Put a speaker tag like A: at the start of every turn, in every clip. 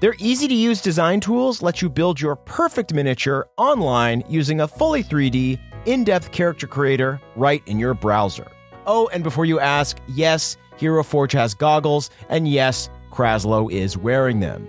A: Their easy to use design tools let you build your perfect miniature online using a fully 3D, in depth character creator right in your browser. Oh, and before you ask, yes, Hero Forge has goggles, and yes, Kraslo is wearing them.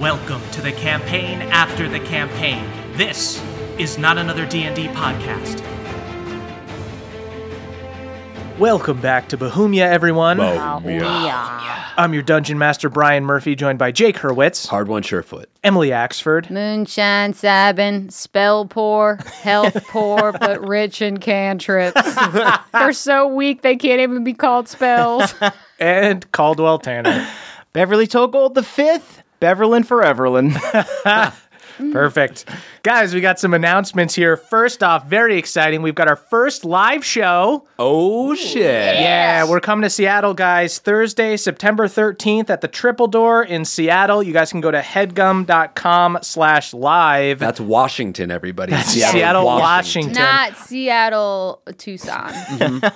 B: Welcome to the campaign after the campaign. This is not another D&D podcast.
C: Welcome back to Bohemia, everyone. I'm your dungeon master, Brian Murphy, joined by Jake Hurwitz,
D: Hard one, surefoot.
C: Emily Axford,
E: Moonshine, Sabin, spell poor, health poor, but rich in cantrips. They're so weak they can't even be called spells.
C: and Caldwell Tanner.
F: Beverly Togold the fifth, Beverlin for Everlin.
C: Perfect. Guys, we got some announcements here. First off, very exciting. We've got our first live show.
D: Oh shit!
C: Yeah, we're coming to Seattle, guys. Thursday, September 13th at the Triple Door in Seattle. You guys can go to headgum.com slash live.
D: That's Washington, everybody.
C: Seattle, Washington.
E: Not Seattle, Tucson.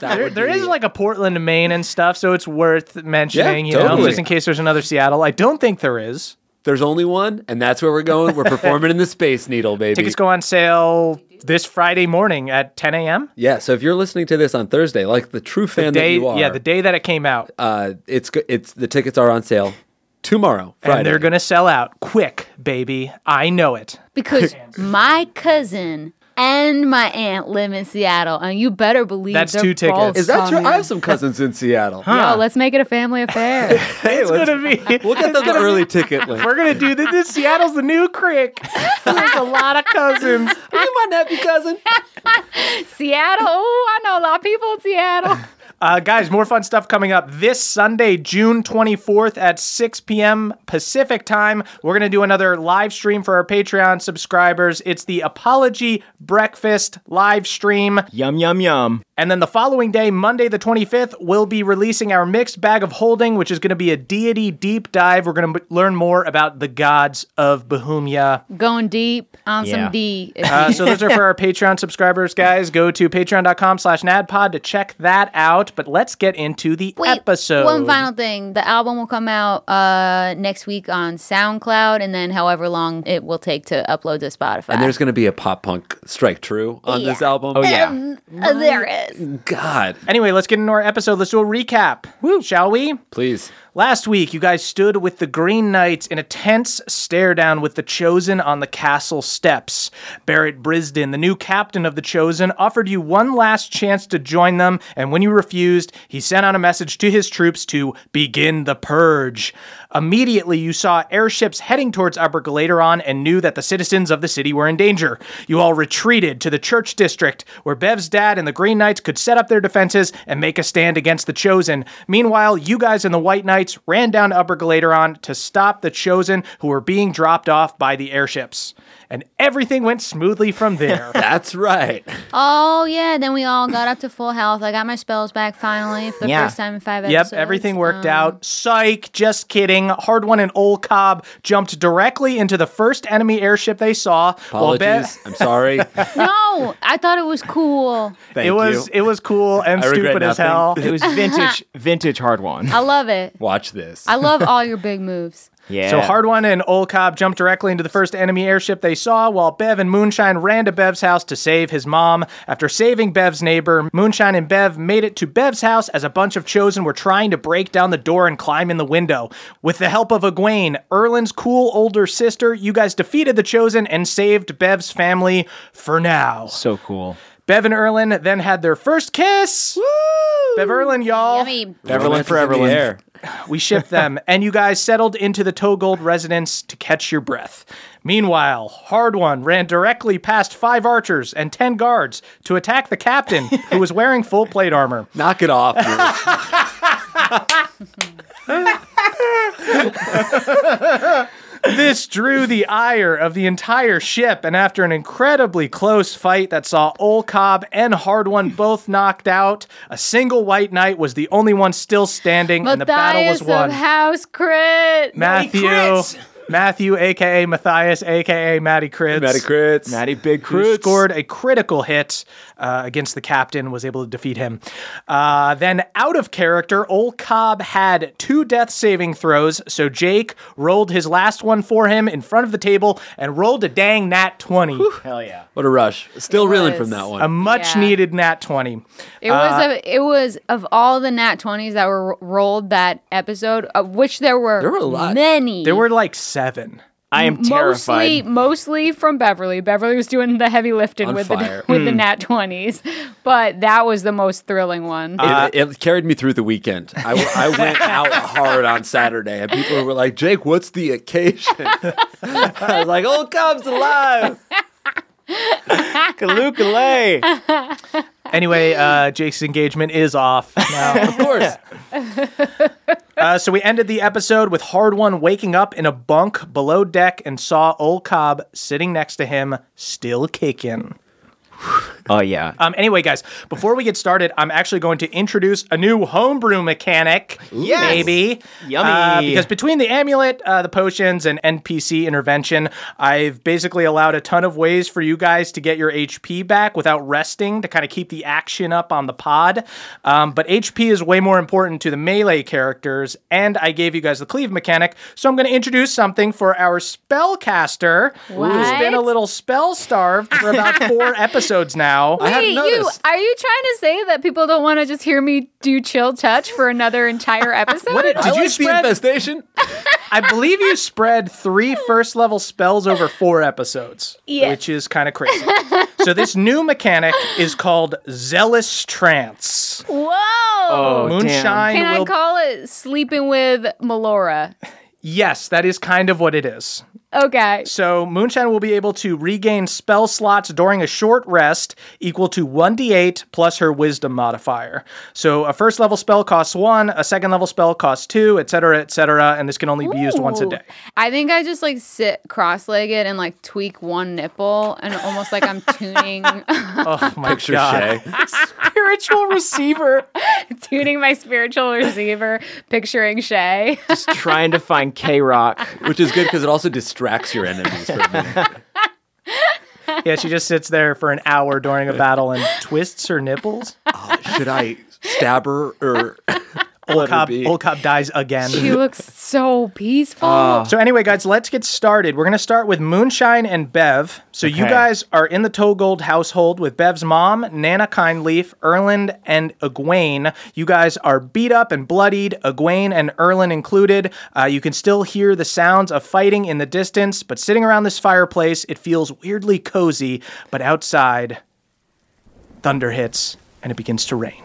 C: There, there is like a Portland, Maine, and stuff, so it's worth mentioning,
D: Yeah,
C: you know,
D: totally.
C: just in case there's another Seattle. I don't think there is.
D: There's only one, and that's where we're going. We're performing in the Space Needle, baby.
C: Tickets go on sale this Friday morning at 10 a.m.
D: yeah. So if you're listening to this on Thursday, like the true fan
C: Day,
D: that you are,
C: yeah, the day that it came out,
D: uh, it's go- it's the tickets are on sale tomorrow, Friday.
C: and they're gonna sell out quick, baby. I know it.
E: because my cousin and my aunt live in Seattle, and you better believe
C: That's
E: they're
C: two tickets.
E: both
D: Is that true?
E: coming.
D: I have some cousins in Seattle.
E: Yo, let's make it a family affair.
D: Hey,
C: It's
D: let's,
C: gonna be.
D: we'll get them the early ticket link.
C: We're gonna do this. this Seattle's the new Crick. There's a lot of cousins.
D: Come on, happy cousin.
E: Seattle. Oh, I know a lot of people in Seattle.
C: Uh, guys, more fun stuff coming up this Sunday, June 24th at 6 p.m. Pacific time. We're going to do another live stream for our Patreon subscribers. It's the Apology Breakfast live stream.
F: yum, yum, yum.
C: And then the following day, Monday the 25th, we'll be releasing our mixed bag of holding, which is going to be a deity deep dive. We're going to learn more about the gods of Bohemia.
E: Going deep on
F: Yeah.
E: some D.
C: Uh, so those are for our Patreon subscribers, guys. Go to patreon.com slash nadpod to check that out. But let's get into the
E: Wait,
C: episode.
E: One final thing. The album will come out uh, next week on SoundCloud and then however long it will take to upload to Spotify.
D: And there's going to be a pop punk strike true on this album.
F: Oh, yeah.
E: Uh, there is.
D: God,
C: Anyway, let's get into our episode. Let's do a recap, shall we?
D: please.
C: Last week, you guys stood with the Green Knights in a tense stare down with the Chosen on the castle steps. Barrett Brisden, the new captain of the Chosen, offered you one last chance to join them, and when you refused, he sent out a message to his troops to begin the purge. Immediately, you saw airships heading towards Upper Galateron and knew that the citizens of the city were in danger. You all retreated to the church district, where Bev's dad and the Green Knights could set up their defenses and make a stand against the Chosen. Meanwhile, you guys and the White Knights ran down to Upper Galateron to stop the Chosen, who were being dropped off by the airships. and everything went smoothly from there.
D: That's right.
E: Oh yeah, then we all got up to full health. I got my spells back finally for the
F: Yeah.
E: first time in five
C: Yep,
E: episodes.
C: everything worked
E: Um,
C: out. Psych, just kidding. Hard one and Ol Cobb jumped directly into the first enemy airship they saw. While Be-
D: Apologies. I'm sorry.
E: No, I thought it was cool.
F: Thank
C: it was
F: you.
C: it was cool and
D: I regret
C: stupid as
D: nothing.
C: hell.
F: It was vintage, vintage hard one.
E: I love it.
D: Watch this.
E: I love all your big moves.
F: Yeah.
C: So Hard One and Old Cobb jumped directly into the first enemy airship they saw, while Bev and Moonshine ran to Bev's house to save his mom. After saving Bev's neighbor, Moonshine and Bev made it to Bev's house as a bunch of Chosen were trying to break down the door and climb in the window. With the help of Egwene, Erlin's cool older sister, you guys defeated the Chosen and saved Bev's family for now.
F: so cool.
C: Bev and Erlin then had their first kiss. Woo! Bev Erlin, y'all.
E: Yummy.
F: Everlin
D: Romance
F: for
D: is in the
F: Everlin.
D: air.
C: We shipped them, and you guys settled into the Togold residence to catch your breath. Meanwhile, Hard One ran directly past five archers and ten guards to attack the captain, who was wearing full plate armor.
D: Knock it off. Bruce.
C: This drew the ire of the entire ship, and after an incredibly close fight that saw Ol Cobb and Hard One both knocked out, a single white knight was the only one still standing, and the battle was
E: Matthias of
C: won.
E: House Crit.
C: Matthew, Matthew, aka Matthias, aka Matty Kritz.
D: Matty Crits.
F: Natty Big
C: who
F: Cruz.
C: scored a critical hit uh, against the captain, was able to defeat him. Uh, then, out of character, Ol Cobb had two death saving throws, so Jake rolled his last one for him in front of the table and rolled a dang nat 20.
F: Hell yeah.
D: What a rush. Still reeling from
E: was.
D: that one.
C: A much
E: Yeah.
C: needed nat 20.
E: It was
C: uh,
E: a, it was of all the nat twenties that were rolled that episode, of which there were
D: There were a lot.
E: many.
C: There were like seven.
F: I am
E: mostly
F: terrified.
E: mostly from Beverly. Beverly was doing the heavy lifting
D: On
E: with
D: fire.
E: the with the nat twenties, but that was the most thrilling one.
C: uh,
D: it, it carried me through the weekend. I, w- I went out hard on Saturday, and people were like, "Jake, what's the occasion?" I was like, "Oh, Cobb's alive."
F: Kalukalay.
C: Anyway, uh, Jake's engagement is off now.
D: Of course,
C: Uh, so we ended the episode with Hard One waking up in a bunk below deck and saw Ol Cobb sitting next to him, still kicking.
F: oh yeah.
C: Um, anyway, guys, before we get started, I'm actually going to introduce a new homebrew mechanic.
F: Yes.
C: Maybe.
F: Yummy.
C: Uh, because between the amulet, uh, the potions, and NPC intervention, I've basically allowed a ton of ways for you guys to get your HP back without resting to kind of keep the action up on the pod. Um, but HP is way more important to the melee characters, and I gave you guys the cleave mechanic. So I'm going to introduce something for our spellcaster, who's been a
E: What?
C: little spell starved for about four episodes now.
D: I
E: Wait,
D: hadn't
E: you
D: noticed.
E: are you trying to say that people don't want to just hear me do chill touch for another entire episode?
C: What did,
D: I
C: did you
D: like the
C: spread?
D: infestation.
C: I believe you spread three first level spells over four episodes,
E: Yes.
C: which is kind of crazy. so this new mechanic is called Zealous Trance.
E: Oh, Whoa!
C: Moonshine
E: Can
C: will.
E: I call it sleeping with Melora?
C: yes, that is kind of what it is.
E: Okay.
C: So Moonshine will be able to regain spell slots during a short rest equal to 1d8 plus her wisdom modifier. So a first level spell costs one, a second level spell costs two, etc., etc., and this can only be used once a
E: Ooh.
C: day.
E: I think I just like sit cross legged and like tweak one nipple and almost like I'm tuning
C: Oh my
D: Picture
C: god.
D: Shay.
F: Spiritual receiver.
E: tuning my spiritual receiver, picturing Shay.
F: Just trying to find K Rock.
D: which is good because it also distracts your enemies. For a minute.
C: Yeah, she just sits there for an hour during a battle and twists her nipples.
D: Oh, should I stab her or
C: Old
D: her
C: Cobb,
D: be.
C: Old Cobb dies again.
E: She looks so peaceful.
C: So anyway, guys, let's get started. We're gonna start with Moonshine and Bev. So you
F: Okay.
C: guys are in the Togold household with Bev's mom, Nana Kindleaf, Erland, and Egwene. You guys are beat up and bloodied, Egwene and Erland included. Uh, you can still hear the sounds of fighting in the distance, but sitting around this fireplace, it feels weirdly cozy. But outside, thunder hits and it begins to rain.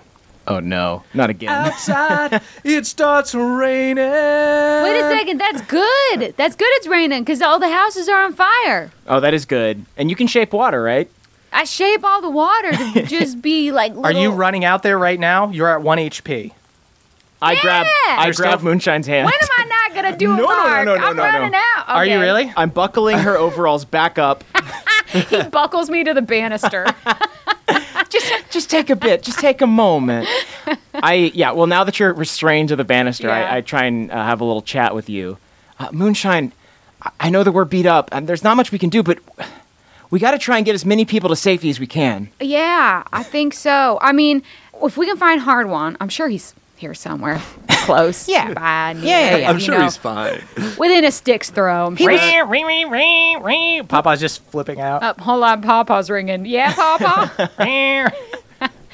F: Oh no. Not again.
C: outside. It starts raining.
E: Wait a second, that's good. That's good it's raining because all the houses are on fire.
F: Oh, that is good. And you can shape water, right?
E: I shape all the water to just be like little,
C: Are you running out there right now? You're at one HP.
F: I grab I
C: There's
F: grab
C: stuff-
F: Moonshine's hand.
E: When am I not gonna do
F: No,
E: a
F: no, no,
E: part?
F: no, no,
E: I'm
F: no, no.
E: running out.
C: Are you
E: Okay.
C: really?
F: I'm buckling her overalls back up,
E: he buckles me to the banister.
F: just just take a bit. Just take a moment. I yeah. Well, now that you're restrained to the banister,
E: Yeah.
F: I, I try and uh, have a little chat with you. Uh, Moonshine, I, I know that we're beat up, and there's not much we can do, but we got to try and get as many people to safety as we can.
E: yeah, I think so. I mean, if we can find Hardwan, I'm sure he's here somewhere, close. yeah, by, near,
F: yeah, yeah.
D: I'm
E: you
D: sure
E: know,
D: he's fine.
E: within a stick's throw. I'm sure.
C: Papa's just flipping out.
E: Up, whole lot Papa's ringing. Yeah, Papa.
C: His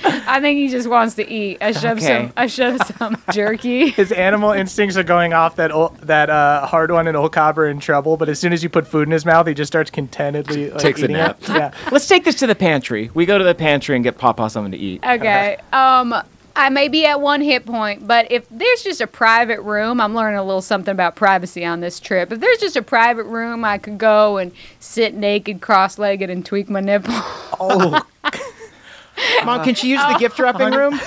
E: I think he just wants to eat. I shove
F: Okay.
E: some. I shove some jerky.
C: animal instincts are going off that ol that uh, hard one and old copper in trouble. But as soon as you put food in his mouth, he just starts contentedly like,
D: Takes a
C: eating
D: nap.
C: It. Yeah,
F: Let's take this to the pantry. We go to the pantry and get Papa something to eat.
E: Okay. Um, I may be at one hit point, but if there's just a private room, I'm learning a little something about privacy on this trip. If there's just a private room, I could go and sit naked, cross-legged, and tweak my nipple.
F: Mom, can she use the gift
C: Oh.
F: wrapping room?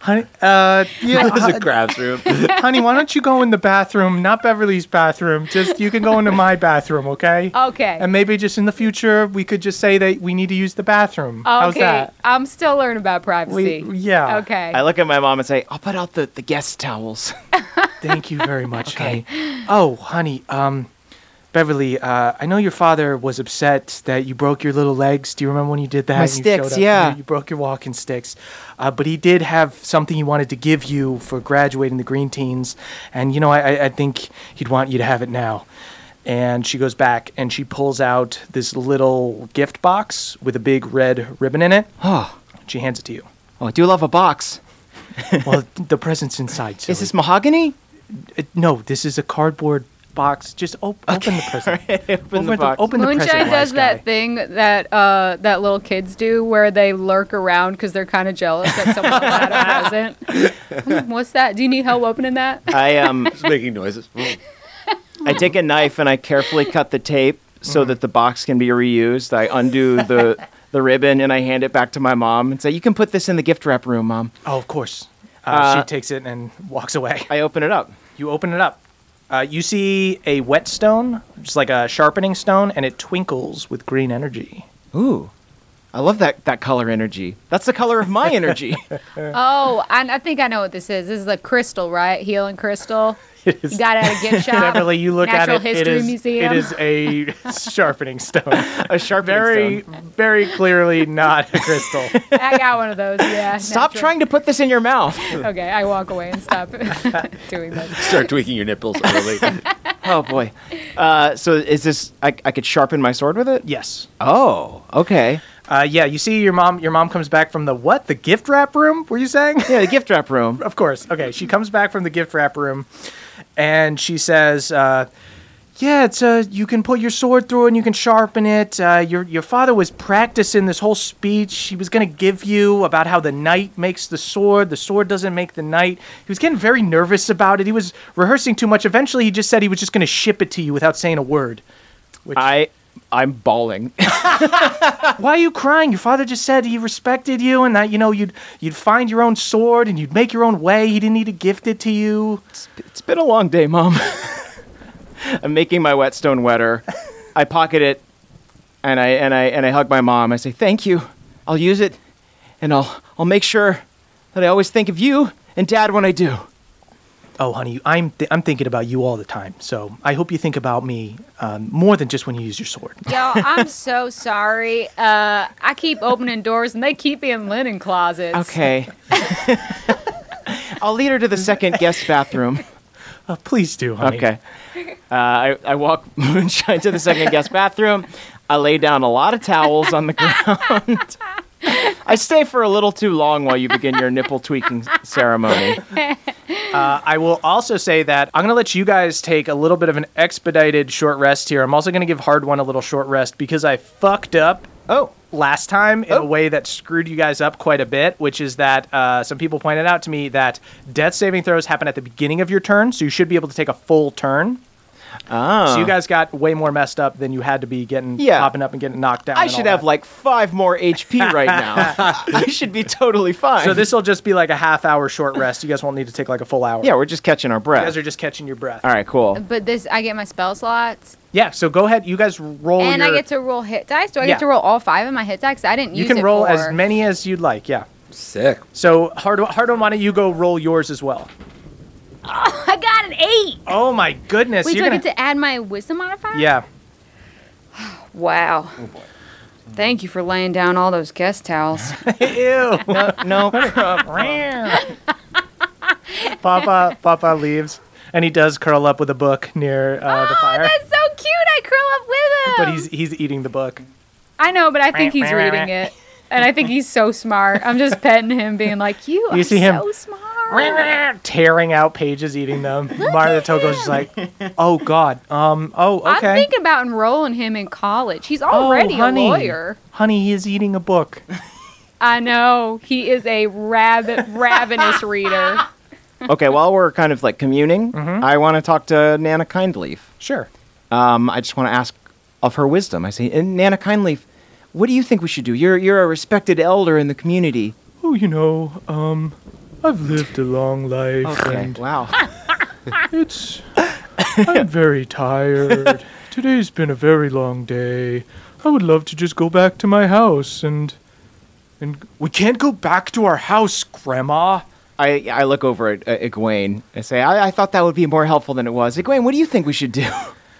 C: honey. Uh, yeah,
D: There's a grabs room.
C: honey. Why don't you go in the bathroom, not Beverly's bathroom? Just you can go into my bathroom, okay?
E: Okay.
C: And maybe just in the future, we could just say that we need to use the bathroom. How's
E: Okay.
C: that?
E: I'm still learning about privacy.
C: We- yeah.
E: Okay.
F: I look at my mom and say, "I'll put out the, the guest towels."
C: Thank you very much, honey. Oh, honey, um, Beverly, uh, I know your father was upset that you broke your little legs. Do you remember when you did that?
F: My
C: and you showed
F: sticks,
C: up?
F: yeah.
C: You, you broke your walking sticks. Uh, but he did have something he wanted to give you for graduating the Green Teens. And, you know, I, I- I think he'd want you to have it now. And she goes back and she pulls out this little gift box with a big red ribbon in it.
F: oh,
C: She hands it to you.
F: oh, I do love a box.
C: well, the present's inside.
F: Is
C: silly.
F: this mahogany?
C: Uh, no, this is a cardboard box. Just op- open the present.
F: Open
C: Open the- open the
E: Moonshine
C: present,
E: does
C: wise
E: that
C: guy.
E: thing that uh, that little kids do, where they lurk around because they're kind of jealous that someone else had a present. Hmm, What's that? Do you need help opening that?
F: I um,
D: Just making noises.
F: I take a knife and I carefully cut the tape so that the box can be reused. I undo the the ribbon and I hand it back to my mom and say, "You can put this in the gift wrap room, mom."
C: Oh, of course. Uh, she takes it and walks away.
F: I open it up.
C: You open it up. Uh, you see a whetstone, just like a sharpening stone, and it twinkles with green energy.
F: Ooh, I love that that color energy. That's the color of my energy.
E: Oh, I, I think I know what this is. This is a crystal, right? Healing crystal. You got it at a gift shop.
C: Beverly, you look
E: Natural
C: at it.
E: History
C: it is
E: Museum.
C: it is a sharpening stone.
F: a sharp
C: Very, very clearly not a crystal.
E: I got one of those. Yeah.
F: Stop trying to put this in your mouth.
E: trying. Okay, I walk away and stop doing that.
D: Start tweaking your nipples early.
F: oh boy. Uh, so is this? I, I could sharpen my sword with it.
C: yes.
F: Oh, okay.
C: Uh, yeah. You see, your mom. Your mom comes back from the what? The gift wrap room? Were you saying?
F: Yeah, the gift wrap room.
C: of course. Okay, she comes back from the gift wrap room, and she says, uh, "Yeah, it's uh, you can put your sword through and you can sharpen it. Uh, your your father was practicing this whole speech he was gonna give you about how the knight makes the sword. The sword doesn't make the knight. He was getting very nervous about it. He was rehearsing too much. Eventually, he just said he was just gonna ship it to you without saying a word. Which,
F: I I'm bawling.
C: why are you crying? Your father just said he respected you and that you know you'd you'd find your own sword and you'd make your own way. He didn't need to gift it to you.
F: It's been a long day, Mom. I'm making my whetstone wetter. I pocket it, and I and I and I hug my mom. I say, "Thank you. I'll use it, and I'll I'll make sure that I always think of you and Dad when I do."
C: Oh, honey, I'm th- I'm thinking about you all the time. So I hope you think about me um, more than just when you use your sword.
E: Y'all, I'm so sorry. Uh, I keep opening doors and they keep me in linen closets.
F: Okay. I'll lead her to the second guest bathroom.
C: Uh, please do, honey.
F: Okay. Uh, I, I walk moonshine to the second guest bathroom. I lay down a lot of towels on the ground. I stay for a little too long while you begin your nipple tweaking ceremony.
C: Uh, I will also say that I'm going to let you guys take a little bit of an expedited short rest here. I'm also going to give Hard One a little short rest because I fucked up.
F: Oh.
C: Last time, in a way that screwed you guys up quite a bit, which is that uh, some people pointed out to me that death saving throws happen at the beginning of your turn, so you should be able to take a full turn. So you guys got way more messed up than you had to be getting
F: Ah. Yeah.
C: popping up and getting knocked down.
F: I
C: and all
F: should have
C: that.
F: like five more HP right now. I should be totally fine.
C: So this will just be like a half hour short rest. You guys won't need to take like a full hour.
F: yeah,
C: you
F: we're just catching our breath.
C: guys are just catching your breath.
F: All right, cool.
E: But this, I get my spell slots,
C: Yeah. So go ahead. You guys roll.
E: and I
C: your-
E: get to roll hit dice. Do I
C: Yeah.
E: get to roll all five of my hit dice? 'Cause I didn't.
C: You
E: use
C: can
E: it
C: roll as
E: for-
C: many as you'd like. Yeah.
D: Sick.
C: So hard, hard on. Why don't you go roll yours as well?
E: I got an eight.
C: Oh my goodness.
E: Wait,
C: you're
E: do I
C: gonna-
E: get to add my wisdom modifier?
C: Yeah. Oh,
E: Wow. Thank you for laying down all those guest towels.
C: Ew.
F: No,
C: Papa, Papa leaves, and he does curl up with a book near uh, the
E: oh,
C: fire.
E: that's so cute. I curl
C: But
E: up with him.
C: he's he's eating the book.
E: I know, but I think he's reading it. And I think he's so smart. I'm just petting him, being like, "You are
C: You see him-
E: so smart."
C: Tearing out pages, eating them. Mario Togo's just like, oh god. Um. Oh, okay.
E: I'm thinking about enrolling him in college. He's already
C: oh, honey.
E: a lawyer.
C: Honey, he is eating a book.
E: I know he is a rabbit, ravenous reader.
F: okay, while we're kind of like communing,
C: Mm-hmm.
F: I want to talk to Nana Kindleaf.
C: Sure.
F: Um, I just want to ask of her wisdom. I say, "And Nana Kindleaf, what do you think we should do? You're you're a respected elder in the community.
C: Oh, you know, um, I've lived a long life, and
F: Wow.
C: It's. I'm very tired. Today's been a very long day. I would love to just go back to my house and. And we can't go back to our house, Grandma.
F: I I look over at uh, Egwene and say, I, I thought that would be more helpful than it was. Egwene, what do you think we should do?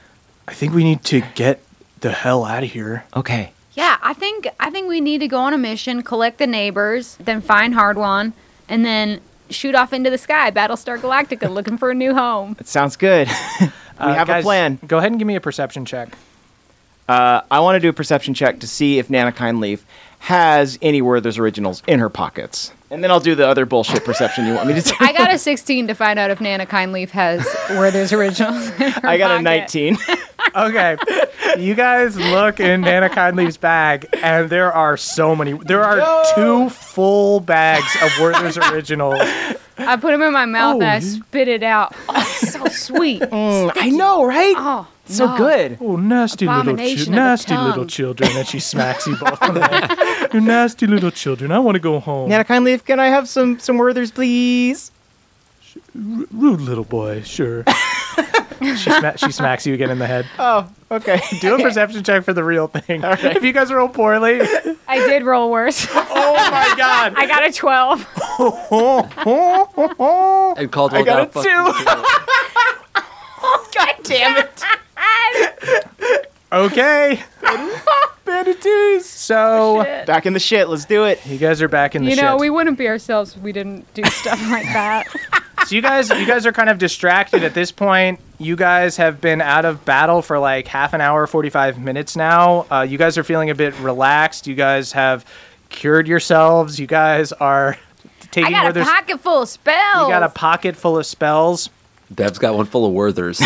C: I think we need to get the hell out of here.
F: okay.
E: Yeah, I think I think we need to go on a mission, collect the neighbors, then find Hard One, and then shoot off into the sky, Battlestar Galactica, looking for a new home.
F: That sounds good. we have a plan.
C: Uh, Go ahead and give me a perception check.
F: I want to do a perception check to see if Nana Kindleaf has any Werther's originals in her pockets. And then I'll do the other bullshit perception you want me to do.
E: I got a 16 to find out if Nana Kindleaf has Werther's originals. in her
F: I got a
E: pocket.
F: 19.
C: Okay, you guys look in Nana Kindleaf's bag, and there are so many. There are two full bags of Werther's original.
E: I put them in my mouth and I spit it out. Oh, it's so sweet.
F: I know, right?
E: Oh,
F: so
E: no.
F: good.
C: Oh, nasty little,
E: Abomination
C: chi-
E: of a
C: nasty little
E: tongue.
C: children! And she smacks you both. on the head. you nasty little children! I want to go home.
F: Nana Kindleaf, can I have some some Werther's, please?
C: Rude little boy. Sure. she, sma- she smacks you again in the head.
F: Oh, okay.
C: Do a perception check for the real thing. If you guys roll poorly,
E: I did roll worse.
C: oh my god!
E: I got a 12.
D: And Caldwell
F: I got
D: got
F: a two.
E: God damn it.
C: Okay.
F: Banditus.
C: So
F: Back in the shit. Let's do it.
C: you guys are back in the
E: You
C: shit.
E: know, we wouldn't be ourselves if we didn't do stuff like that.
C: so you guys, you guys are kind of distracted at this point. You guys have been out of battle for like half an hour, forty-five minutes now. Uh, you guys are feeling a bit relaxed. You guys have cured yourselves. You guys are
E: I
C: taking
E: got a
C: Werther's.
E: pocket full of spells.
C: you got a pocket full of spells.
D: Deb's got one full of Werthers.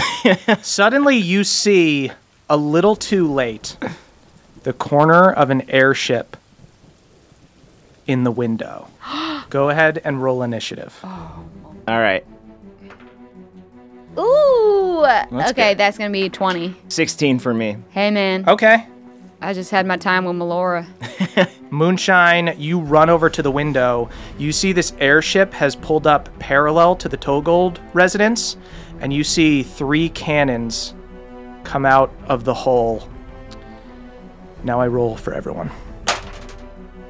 C: Suddenly, you see a little too late the corner of an airship in the window. Go ahead and roll initiative.
E: Oh.
F: All right.
E: Ooh.
F: That's
E: okay,
F: good.
E: that's going to be 20.
F: 16 for me.
E: Hey, man.
C: Okay.
E: I just had my time with Melora.
C: Moonshine, you run over to the window. You see this airship has pulled up parallel to the Togold residence, and you see three cannons come out of the hull. Now I roll for everyone.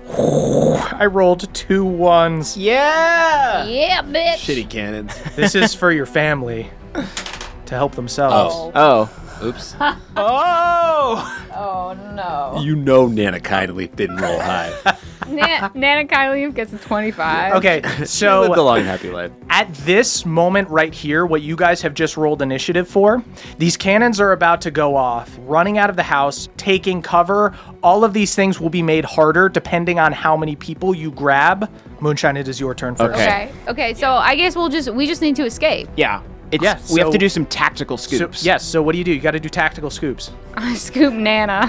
C: I rolled two ones.
F: Yeah.
E: yeah, bitch.
D: Shitty cannons.
C: This is for your family to help themselves.
E: Oh.
F: Oh.
D: Oops.
F: Oh.
E: Oh, no.
D: You know Nana kindly didn't roll high.
E: Na- Nana Kylie gets a 25.
C: Okay,
D: So,
C: so
D: lived a long and happy life.
C: At this moment right here, what you guys have just rolled initiative for, these cannons are about to go off, running out of the house, taking cover. All of these things will be made harder depending on how many people you grab. Moonshine, it is your turn first.
F: Okay.
E: Okay. Okay. So I guess we'll just we just need to escape.
F: Yeah. It's,
C: Yeah,
F: we have
C: so-
F: to do some tactical
C: So,
F: scoops.
C: yes. So what do you do? You got to do tactical scoops.
E: I scoop Nana.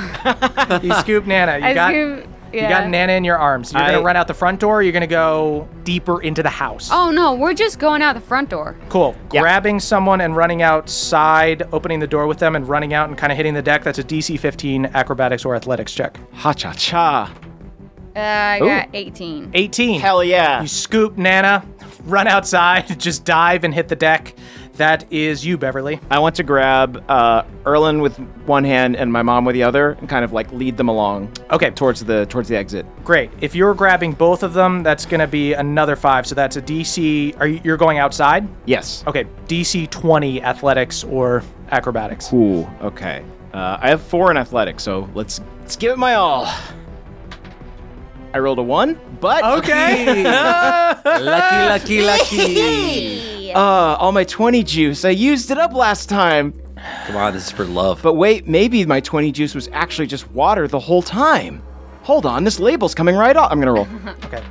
C: You scoop Nana. You
E: I
C: got
E: scoop.
C: You
E: Yeah.
C: got Nana in your arms. You're
F: I-
C: gonna run out the front door. Or you're gonna go deeper into the house.
E: Oh no, we're just going out the front door.
C: Cool. Grabbing someone and running outside, opening the door with them, and running out and kind of hitting the deck. That's a DC 15 acrobatics or athletics check.
F: Ha cha cha.
E: Uh, I got 18.
C: 18.
F: Hell yeah.
C: You scoop Nana, run outside, just dive and hit the deck. That is you, Beverly.
F: I want to grab uh, Erlen with one hand and my mom with the other, and kind of like lead them along.
C: Okay.
F: towards the towards the exit.
C: Great. If you're grabbing both of them, that's going to be another five. So that's a DC. Are you, you're going outside?
F: Yes.
C: Okay. DC 20 athletics or acrobatics.
F: Ooh. Okay. Uh, I have four in athletics, so let's let's give it my all. I rolled a one, but
C: Okay.
D: lucky, lucky, lucky.
F: uh, all my twenty juice I used it up last time.
D: Come on, this is for love.
F: But wait, maybe my twenty juice was actually just water the whole time. Hold on, this label's coming right off. I'm gonna roll.
C: okay.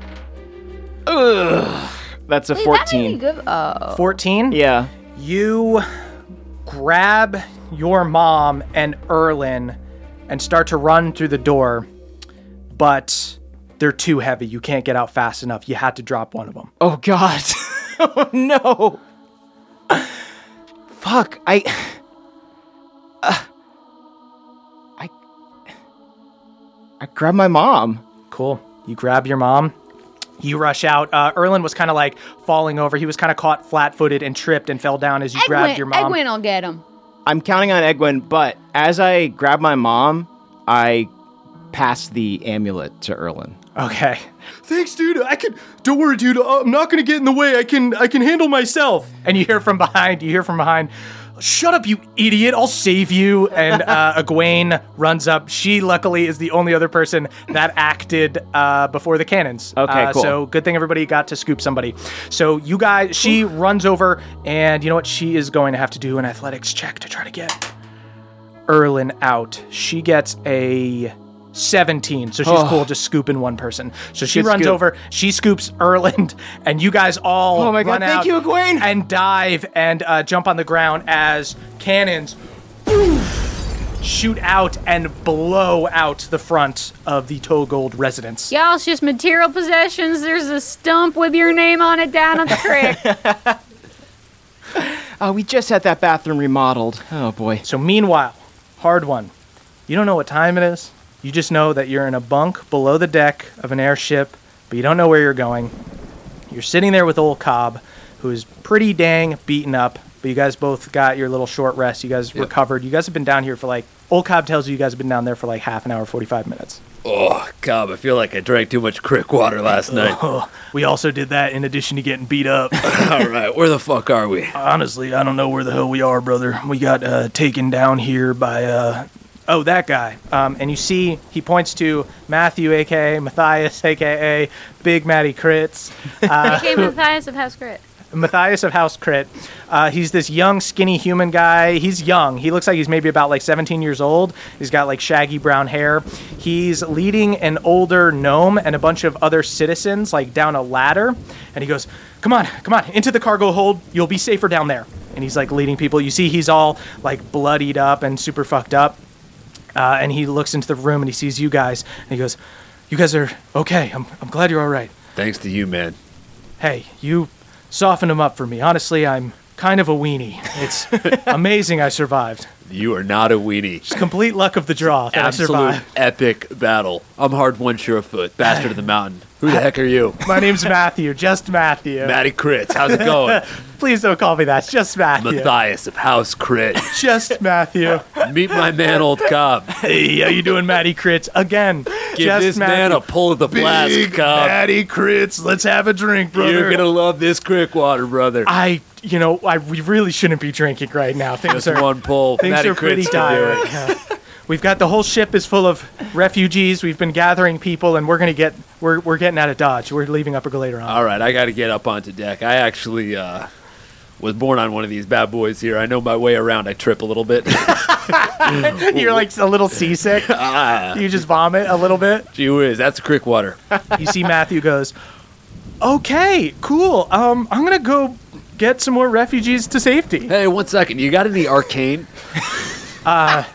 F: Ugh, that's a
E: Wait, that made me
F: fourteen.
E: good. Oh.
C: 14.
F: Yeah.
C: You grab your mom and Erlin and start to run through the door, but they're too heavy. You can't get out fast enough. You had to drop one of them.
F: Oh God! oh no! Fuck! I. Uh, I. I grabbed my mom.
C: Cool. You grab your mom. You rush out. Uh, Erlin was kind of like falling over. He was kind of caught flat footed and tripped and fell down as you grabbed
E: Egwin,
C: your mom.
E: Egwin will get him.
F: I'm counting on Egwin, but as I grab my mom, I pass the amulet to Erlin.
C: Okay. Thanks, dude. I can. Don't worry, dude. Uh, I'm not gonna get in the way. I can. I can handle myself. And you hear from behind. You hear from behind. Shut up, you idiot! I'll save you. And uh, Egwene runs up. She luckily is the only other person that acted uh, before the cannons.
F: Okay,
C: Uh,
F: cool.
C: So good thing everybody got to scoop somebody. So you guys, she runs over, and you know what? She is going to have to do an athletics check to try to get Erlin out. She gets a 17, so she's cool just scooping one person. So she
F: Oh. Good
C: runs
F: scoop.
C: over, she scoops Erland, and you guys all
F: Oh my God,
C: run
F: thank
C: out
F: you, Egwene!
C: and dive and uh, jump on the ground as cannons boom, shoot out and blow out the front of the Togold residence.
E: Y'all's just material possessions. There's a stump with your name on it down at the creek.
F: Oh, we just had that bathroom remodeled. Oh boy.
C: So meanwhile, hard one. You don't know what time it is. You just know that you're in a bunk below the deck of an airship, but you don't know where you're going. You're sitting there with old Cobb, who is pretty dang beaten up, but you guys both got your little short rest. You guys recovered. You guys have been down here for like old Cobb tells you you guys have been down there for like half an hour, 45 minutes.
D: Oh, God, I feel like I drank too much crick water last night.
C: We also did that in addition to getting beat up.
D: All right, where the fuck are we?
C: Honestly, I don't know where the hell we are, brother. We got uh, taken down here by uh, oh that guy. Um, and you see, he points to Matthew, aka Matthias, aka Big Matty Critz,
E: Became Matthias of House Crit.
C: Matthias of House Crit. Uh, he's this young, skinny human guy. He's young. He looks like he's maybe about like 17 years old. He's got like shaggy brown hair. He's leading an older gnome and a bunch of other citizens like down a ladder. And he goes, "Come on, come on, into the cargo hold. You'll be safer down there." And he's like leading people. You see, he's all like bloodied up and super fucked up. Uh, and he looks into the room and he sees you guys. And he goes, "You guys are okay. I'm, I'm glad you're all right."
D: Thanks to you, man.
C: hey, you softened him up for me. Honestly, I'm kind of a weenie. It's amazing I survived.
D: You are not a weenie.
C: Complete luck of the draw that I
D: Absolute
C: survived.
D: epic battle. I'm hard one surefoot, bastard of the mountain. Who the heck are you?
C: My name's Matthew, just Matthew.
D: Matty Critz, how's it going?
C: Please don't call me that. It's just Matthew.
D: Matthias of House Crit.
C: Just Matthew.
D: Meet my man, old Cobb.
C: hey, how you doing, Matty Critz? Again,
D: Give
C: just
D: this
C: Matthew.
D: man a pull of the flask, Cobb.
C: Matty Critz, let's have a drink,
D: You're gonna love this crick water, brother.
C: I, you know, I we really shouldn't be drinking right now. Things
D: Just
C: are
D: one pull.
C: Things
D: Matty
C: are pretty
D: Critz can do
C: dire.
D: it.
C: Yeah. We've got the whole ship is full of refugees. We've been gathering people, and we're gonna get we're we're getting out of Dodge. We're leaving Upper Galater on.
D: All right, I got to get up onto deck. I actually uh, was born on one of these bad boys here. I know my way around. I trip a little bit. Ah,
C: You're like a little seasick. you just vomit a little bit.
D: Gee whiz, that's crick water.
C: You see Matthew goes, "Okay, cool. Um, I'm gonna go get some more refugees to safety."
D: Hey, one second. You got any arcane?
C: I,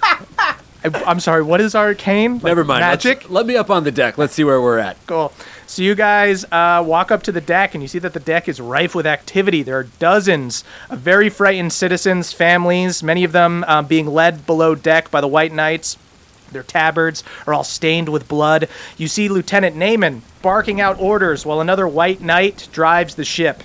C: I'm sorry. What is arcane? Like
D: Never mind. Let's-
C: Magic.
D: Let me up on the deck. Let's see where we're at.
C: Cool. So you guys uh, walk up to the deck, and you see that the deck is rife with activity. There are dozens of very frightened citizens, families, many of them um, being led below deck by the White Knights. Their tabards are all stained with blood. You see Lieutenant Naaman barking out orders while another White Knight drives the ship.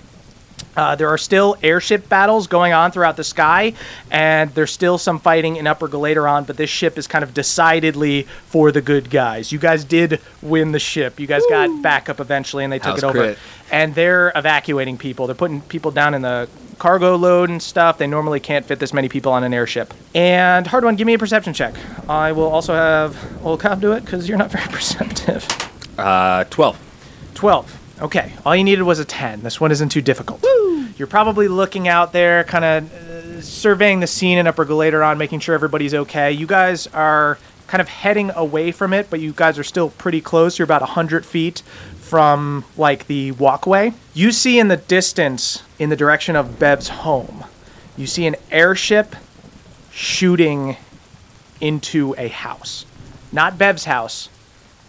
C: Uh, there are still airship battles going on throughout the sky, and there's still some fighting in Upper Galateron, but this ship is kind of decidedly for the good guys. You guys did win the ship. You guys got back up eventually, and they took
D: House
C: it over.
D: crit.
C: And they're evacuating people. They're putting people down in the cargo load and stuff. They normally can't fit this many people on an airship. And hard one, give me a perception check. I will also have Olcom do it because you're not very perceptive.
D: Uh, 12.
C: 12. Okay, all you needed was a 10. This one isn't too difficult. You're probably looking out there, kind of uh, surveying the scene in Upper Galateron, making sure everybody's okay. You guys are kind of heading away from it, but you guys are still pretty close. You're about 100 feet from, like, the walkway. You see in the distance, in the direction of Bev's home, you see an airship shooting into a house. Not Bev's house,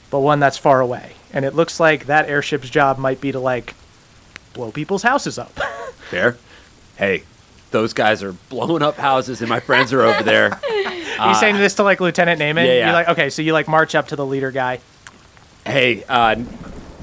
C: but one that's far away. And it looks like that airship's job might be to like blow people's houses up.
D: Fair. Hey, those guys are blowing up houses, and my friends are over there.
C: Are you saying this to like Lieutenant Naaman?
D: yeah, yeah.
C: You're like, okay, so you like march up to the leader guy.
D: Hey, uh,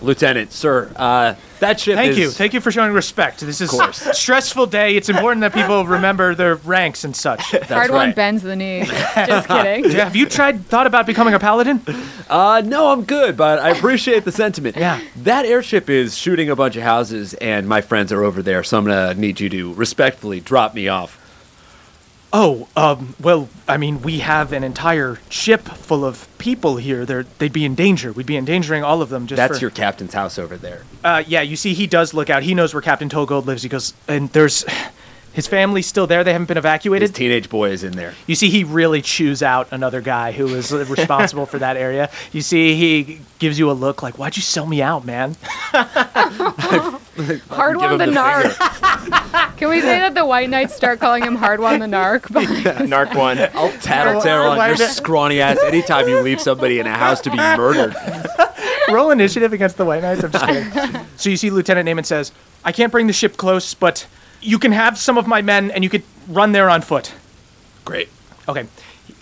D: Lieutenant, sir, uh, that ship
C: Thank
D: is.
C: you. Thank you for showing respect. This is
D: course.
C: a stressful day. It's important that people remember their ranks and such.
D: That's
E: Hard one
D: right.
E: bends the knee. Just kidding.
C: Have you tried thought about becoming a paladin?
D: Uh, no, I'm good, but I appreciate the sentiment.
C: Yeah.
D: That airship is shooting a bunch of houses, and my friends are over there, so I'm going to need you to respectfully drop me off.
C: Oh, um, well, I mean, we have an entire ship full of people here. They're, they'd be in danger. We'd be endangering all of them just
D: That's
C: for-
D: your captain's house over there.
C: Uh, yeah, you see, he does look out. He knows where Captain Togold lives. He goes, and there's his family's still there. They haven't been
D: His
C: evacuated.
D: teenage boy is in there.
C: You see, he really chews out another guy who is responsible for that area. You see, he gives you a look like, "Why'd you sell me out, man?"
E: Hard
D: Give
E: one
D: him
E: the
D: the
E: narc. Can we say that the White Knights start calling him Hard one the narc?
F: Narc one.
D: I'll tattle terror on your scrawny ass anytime you leave somebody in a house to be murdered.
C: Roll initiative against the White Knights. I'm just kidding. so you see, Lieutenant Naaman says, "I can't bring the ship close, but you can have some of my men, and you could run there on foot."
D: Great.
C: Okay.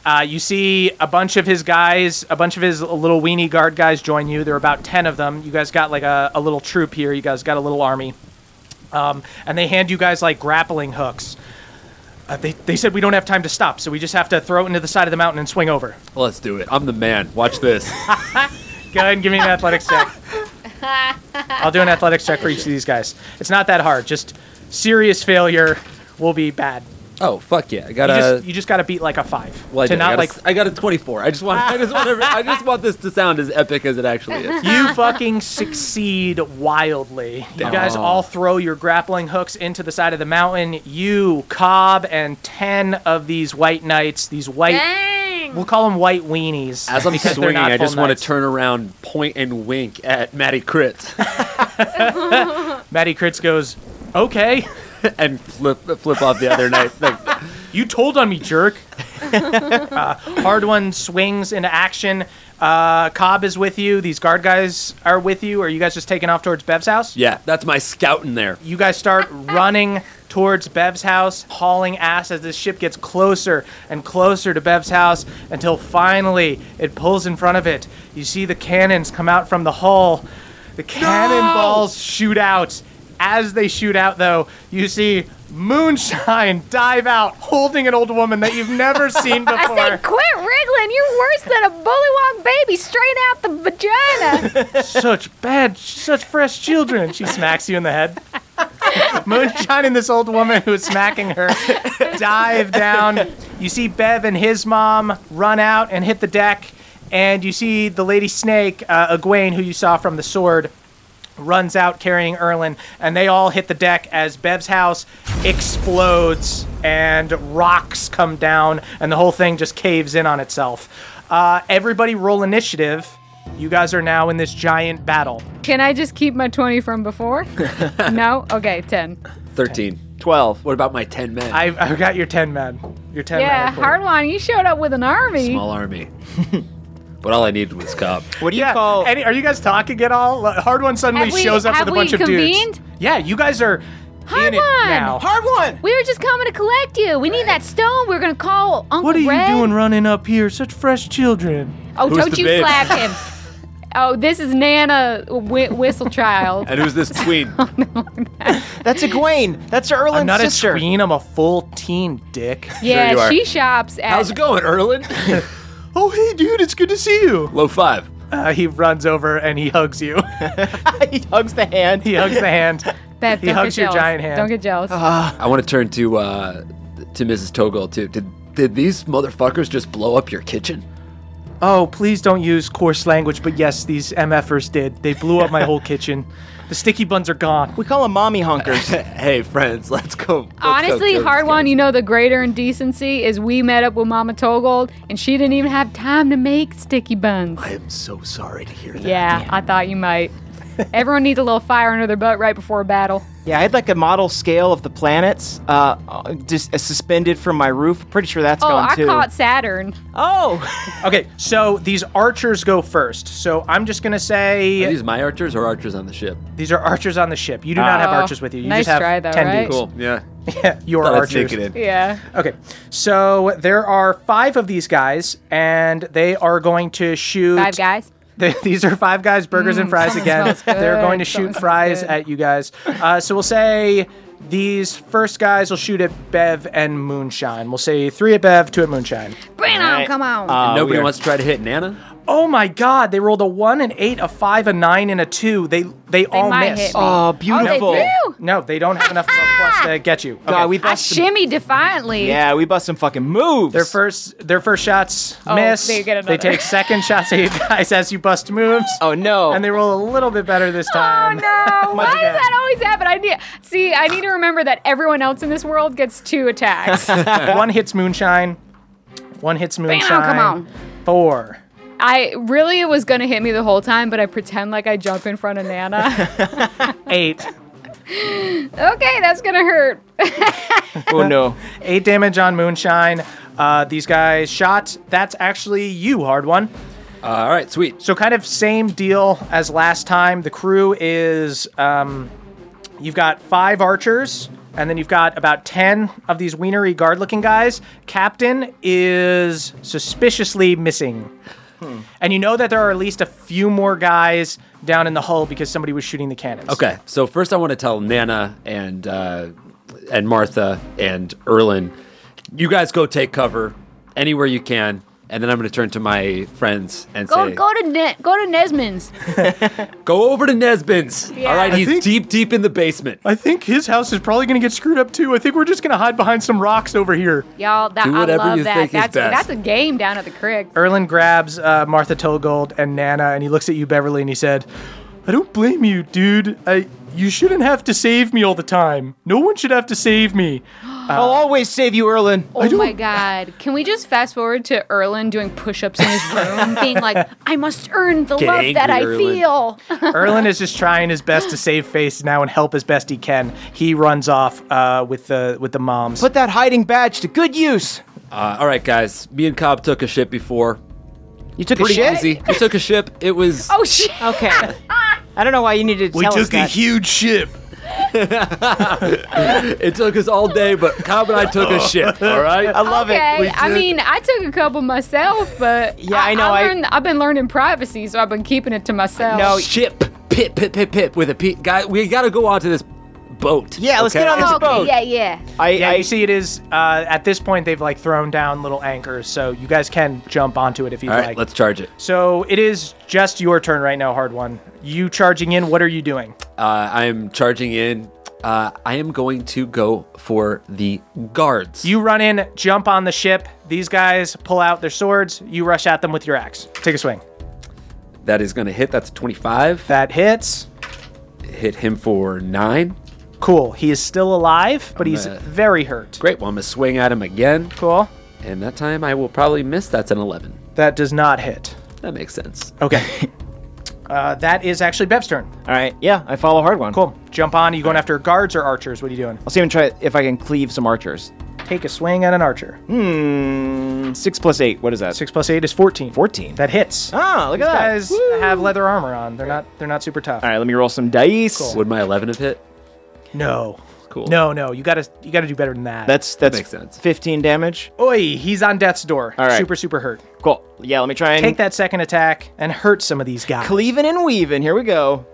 C: Uh, you see a bunch of his guys, a bunch of his little weenie guard guys join you. There are about 10 of them. You guys got like a, a little troop here. You guys got a little army. Um, and they hand you guys like grappling hooks. Uh, they, they said we don't have time to stop, so we just have to throw it into the side of the mountain and swing over.
D: Let's do it. I'm the man. Watch this.
C: Go ahead and give me an athletics check. I'll do an athletics check for each of these guys. It's not that hard. Just serious failure will be bad.
D: Oh fuck yeah! I got
C: You
D: a
C: just, you just got to beat like a five
D: uh, well, I
C: to
D: did.
C: not
D: I got a
C: like
D: s- I got a 24. I just want I just want every, I just want this to sound as epic as it actually is.
C: You fucking succeed wildly. You guys all throw your grappling hooks into the side of the mountain. You, Cobb, and 10 of these white knights, these white, we'll
E: Dang!
C: call them white weenies.
D: As I'm
C: because they're
D: swinging,
C: not
D: I just
C: full
D: want to
C: knights.
D: turn around, point and wink at Matty Critz,
C: Matty Kritz goes, Okay,
D: and flip flip off the other knife. Like,
C: you told on me, jerk. uh, hard one swings into action. Uh, Cobb is with you. These guard guys are with you. Are you guys just taking off towards Bev's house?
D: yeah, that's my scout in there.
C: You guys start running towards Bev's house, hauling ass as this ship gets closer and closer to Bev's house until finally it pulls in front of it. You see the cannons come out from the hull. The cannonballs shoot out. As they shoot out, though, you see Moonshine dive out holding an old woman that you've never seen
E: I
C: before.
E: said, quit wriggling. You're worse than a bullywog baby straight out the vagina.
C: such bad, such fresh children. She smacks you in the head. Moonshine and this old woman who is smacking her dive down. You see Bev and his mom run out and hit the deck, and you see the lady snake, uh, Egwene, who you saw from the sword, runs out carrying Erlin, and they all hit the deck as Bev's house explodes and rocks come down, and the whole thing just caves in on itself. Uh, everybody roll initiative. You guys are now in this giant battle.
E: Can I just keep my 20 from before? no? Okay, 10.
D: 13.
F: Twelve.
D: What about my 10 men?
C: I've, I've got your 10 men. Your 10
E: Yeah,
C: men. are cool.
E: Hardline, you showed up with an army.
D: Small army. but all I needed was cop.
F: What do you
C: Yeah.
F: call?
C: Any, are you guys talking at all? Like, Hard one suddenly
E: Have we-
C: shows up
E: have
C: with a bunch
E: we
C: of dudes.
E: convened?
C: Yeah, you guys are in
E: Hard
C: it
E: one!
C: now.
F: Hard one.
E: We were just coming to collect you. We need that stone. We are gonna call Uncle
C: What are
E: Red.
C: you doing running up here? Such fresh children.
E: Oh,
D: Who's
E: don't
D: the
E: you
D: babe?
E: slap him. oh, this is Nana Wh- Whistle Child.
D: And who's this tween?
F: That's Egwene. That's Erlen's
C: I'm not
F: sister.
C: a tween. I'm a full teen dick.
E: yeah,
D: you are.
E: she shops at.
D: How's it going, Erlen?
C: oh, hey, dude, it's good to see you.
D: Low five.
C: Uh, he runs over and he hugs you.
F: he hugs the hand.
C: he hugs the hand.
E: Beth,
C: He
E: don't
C: hugs
E: get
C: your
E: jealous.
C: giant hand. Oh,
E: Don't get jealous.
D: I want to turn to uh, to Mrs. Togol too. Did did these motherfuckers just blow up your kitchen?
C: Oh, please don't use coarse language, but yes, these MFers did. They blew up my whole kitchen. The sticky buns are gone.
F: We call them mommy honkers.
D: Hey friends, let's go. let's go
E: Honestly,
D: kill these
E: hard one.
D: kids.
E: You know, the greater indecency is we met up with Mama Togold, and she didn't even have time to make sticky buns.
D: I am so sorry to hear that.
E: Yeah, I thought you might. Everyone needs a little fire under their butt right before a battle.
F: yeah, I had like a model scale of the planets, uh, uh, just uh, suspended from my roof. Pretty sure that's
E: Oh,
F: gone
E: I
F: too.
E: caught Saturn.
F: Oh,
C: Okay, so these archers go first. So I'm just gonna say
D: Are these my archers or archers on the ship?
C: these are archers on the ship. You do not have
E: Oh,
C: archers with you. You
E: nice
C: just have
E: try, though,
C: ten
E: right?
C: dudes.
E: Cool.
D: Yeah.
C: Your
D: Thought I'd
C: archers.
D: sneak it in.
E: Yeah.
C: Okay, so there are five of these guys, and they are going to shoot.
E: Five guys.
C: They- these are five guys, burgers and fries again.
E: smells
C: They're going to
E: Mm, good. Something
C: shoot
E: smells
C: fries
E: good.
C: at you guys. Uh, so we'll say these first guys will shoot at Bev and Moonshine. We'll say three at Bev, two at Moonshine.
E: Bring it on, come on.
F: Uh,
D: Nobody wants to try to hit Nana.
C: Oh my God! They rolled a one, an eight, a five, a nine, and a two. They they, all
E: might
C: miss.
E: hit me.
F: oh,
E: oh, they
F: beautiful.
E: do?
C: No, they don't have enough plus to get you.
F: God, we
E: I
F: bust some,
E: shimmy defiantly.
F: Yeah, we bust some fucking moves.
C: Their first their first shots
E: Oh,
C: miss.
E: they get another.
C: take second shots at you guys as you bust moves.
F: oh no.
C: And they roll a little bit better this
E: Oh
C: time.
E: no! Why
C: Much
E: does
C: again.
E: that always happen? I need see. I need to remember that everyone else in this world gets two attacks.
C: one hits moonshine. One hits moonshine.
E: come on.
C: Four.
E: I really it was gonna hit me the whole time, but I pretend like I jump in front of Nana.
C: Eight.
E: okay, that's gonna hurt.
F: oh no.
C: Eight damage on moonshine. Uh, these guys shot. That's actually you, hard one.
D: Uh, all right, sweet.
C: So kind of same deal as last time. The crew is um, you've got five archers, and then you've got about ten of these wienery guard-looking guys. Captain is suspiciously missing, and you know that there are at least a few more guys down in the hull because somebody was shooting the cannons.
D: Okay, so first I want to tell Nana and uh, and Martha and Erlen, you guys go take cover anywhere you can, and then I'm going to turn to my friends and
E: Go
D: say,
E: go to ne- go to Nesmond's.
D: Go over to Nesbin's. All right,
E: I
D: he's
C: think-
D: deep, deep in the basement.
C: I think his house is probably going to get screwed up too. I think we're just going to hide behind some rocks over here.
E: Y'all, that,
D: Do
E: I
D: whatever
E: love
D: you
E: that.
D: think is
E: that's
D: best. Er,
E: that's a game down at the crick.
C: Erlen grabs uh, Martha Togold and Nana, and he looks at you, Beverly, and he said, "I don't blame you, dude. I, you shouldn't have to save me all the time. No one should have to save me.
F: I'll always save you, Erlen.
E: Oh my god! Can we just fast forward to Erlen doing push-ups in his room, being like, "I must earn the
D: Get
E: love that I
D: angry, Erlen.
E: feel."
C: Erlen is just trying his best to save face now and help as best he can. He runs off uh, with the with the moms.
F: Put that hiding badge to good use.
D: Uh, all right, guys. Me and Cobb took a ship before.
F: You took
D: Pretty
F: a shit.
D: easy. We took a ship. It was.
E: oh shit!
F: Okay. I don't know why you needed to tell us that.
D: huge ship. it took us all day, but Cobb and I took a ship. All right.
F: I love it.
E: okay. I mean, I took a couple myself, but
F: Yeah, I know,
E: I
F: I-
E: learned, I've been learning privacy, so I've been keeping it to myself.
F: No,
D: Ship. Pip, pip, pip, pip. With a P. Guy, we got to go onto this boat.
F: Yeah, let's
D: okay?
F: get on this
E: Oh, okay,
F: boat.
E: yeah, yeah.
F: I,
C: yeah,
F: I
C: you see, it is uh, at this point they've like thrown down little anchors, so you guys can jump onto it if you'd
D: All right,
C: like.
D: let's charge it.
C: so it is just your turn right now, hard one. You charging in? What are you doing?
D: Uh, I am charging in. Uh, I am going to go for the guards.
C: You run in, jump on the ship. These guys pull out their swords. You rush at them with your axe. Take a swing.
D: that is going to hit. That's 25.
C: That hits.
D: Hit him for nine.
C: Cool. He is still alive, but he's
D: uh,
C: very hurt.
D: Great. Well, I'm going to swing at him again.
C: Cool.
D: And that time I will probably miss. That's an 11.
C: That does not hit.
D: That makes sense.
C: Okay. uh, that is actually Bev's turn.
F: All right. Yeah, I follow hard one.
C: Cool. Jump on. Are you going after guards or archers? What are you doing?
F: I'll see if I can try if I can cleave some archers.
C: Take a swing at an archer.
F: Six plus eight. What is that?
C: Six plus eight is fourteen.
F: 14.
C: That hits.
F: Ah, look
C: These
F: at that.
C: guys have leather armor on. They're not. They're not super tough.
F: All right, let me roll some dice.
D: Would my 11 have hit?
C: No.
D: Cool.
C: No, no. You gotta. You gotta do better than that.
F: That's that's
D: makes sense.
F: 15 damage.
C: Oi, he's on death's door.
F: All right.
C: Super, super hurt.
F: Cool. Yeah, let me try and
C: Take that second attack and hurt some of these guys.
F: cleaving and weaving. Here we go.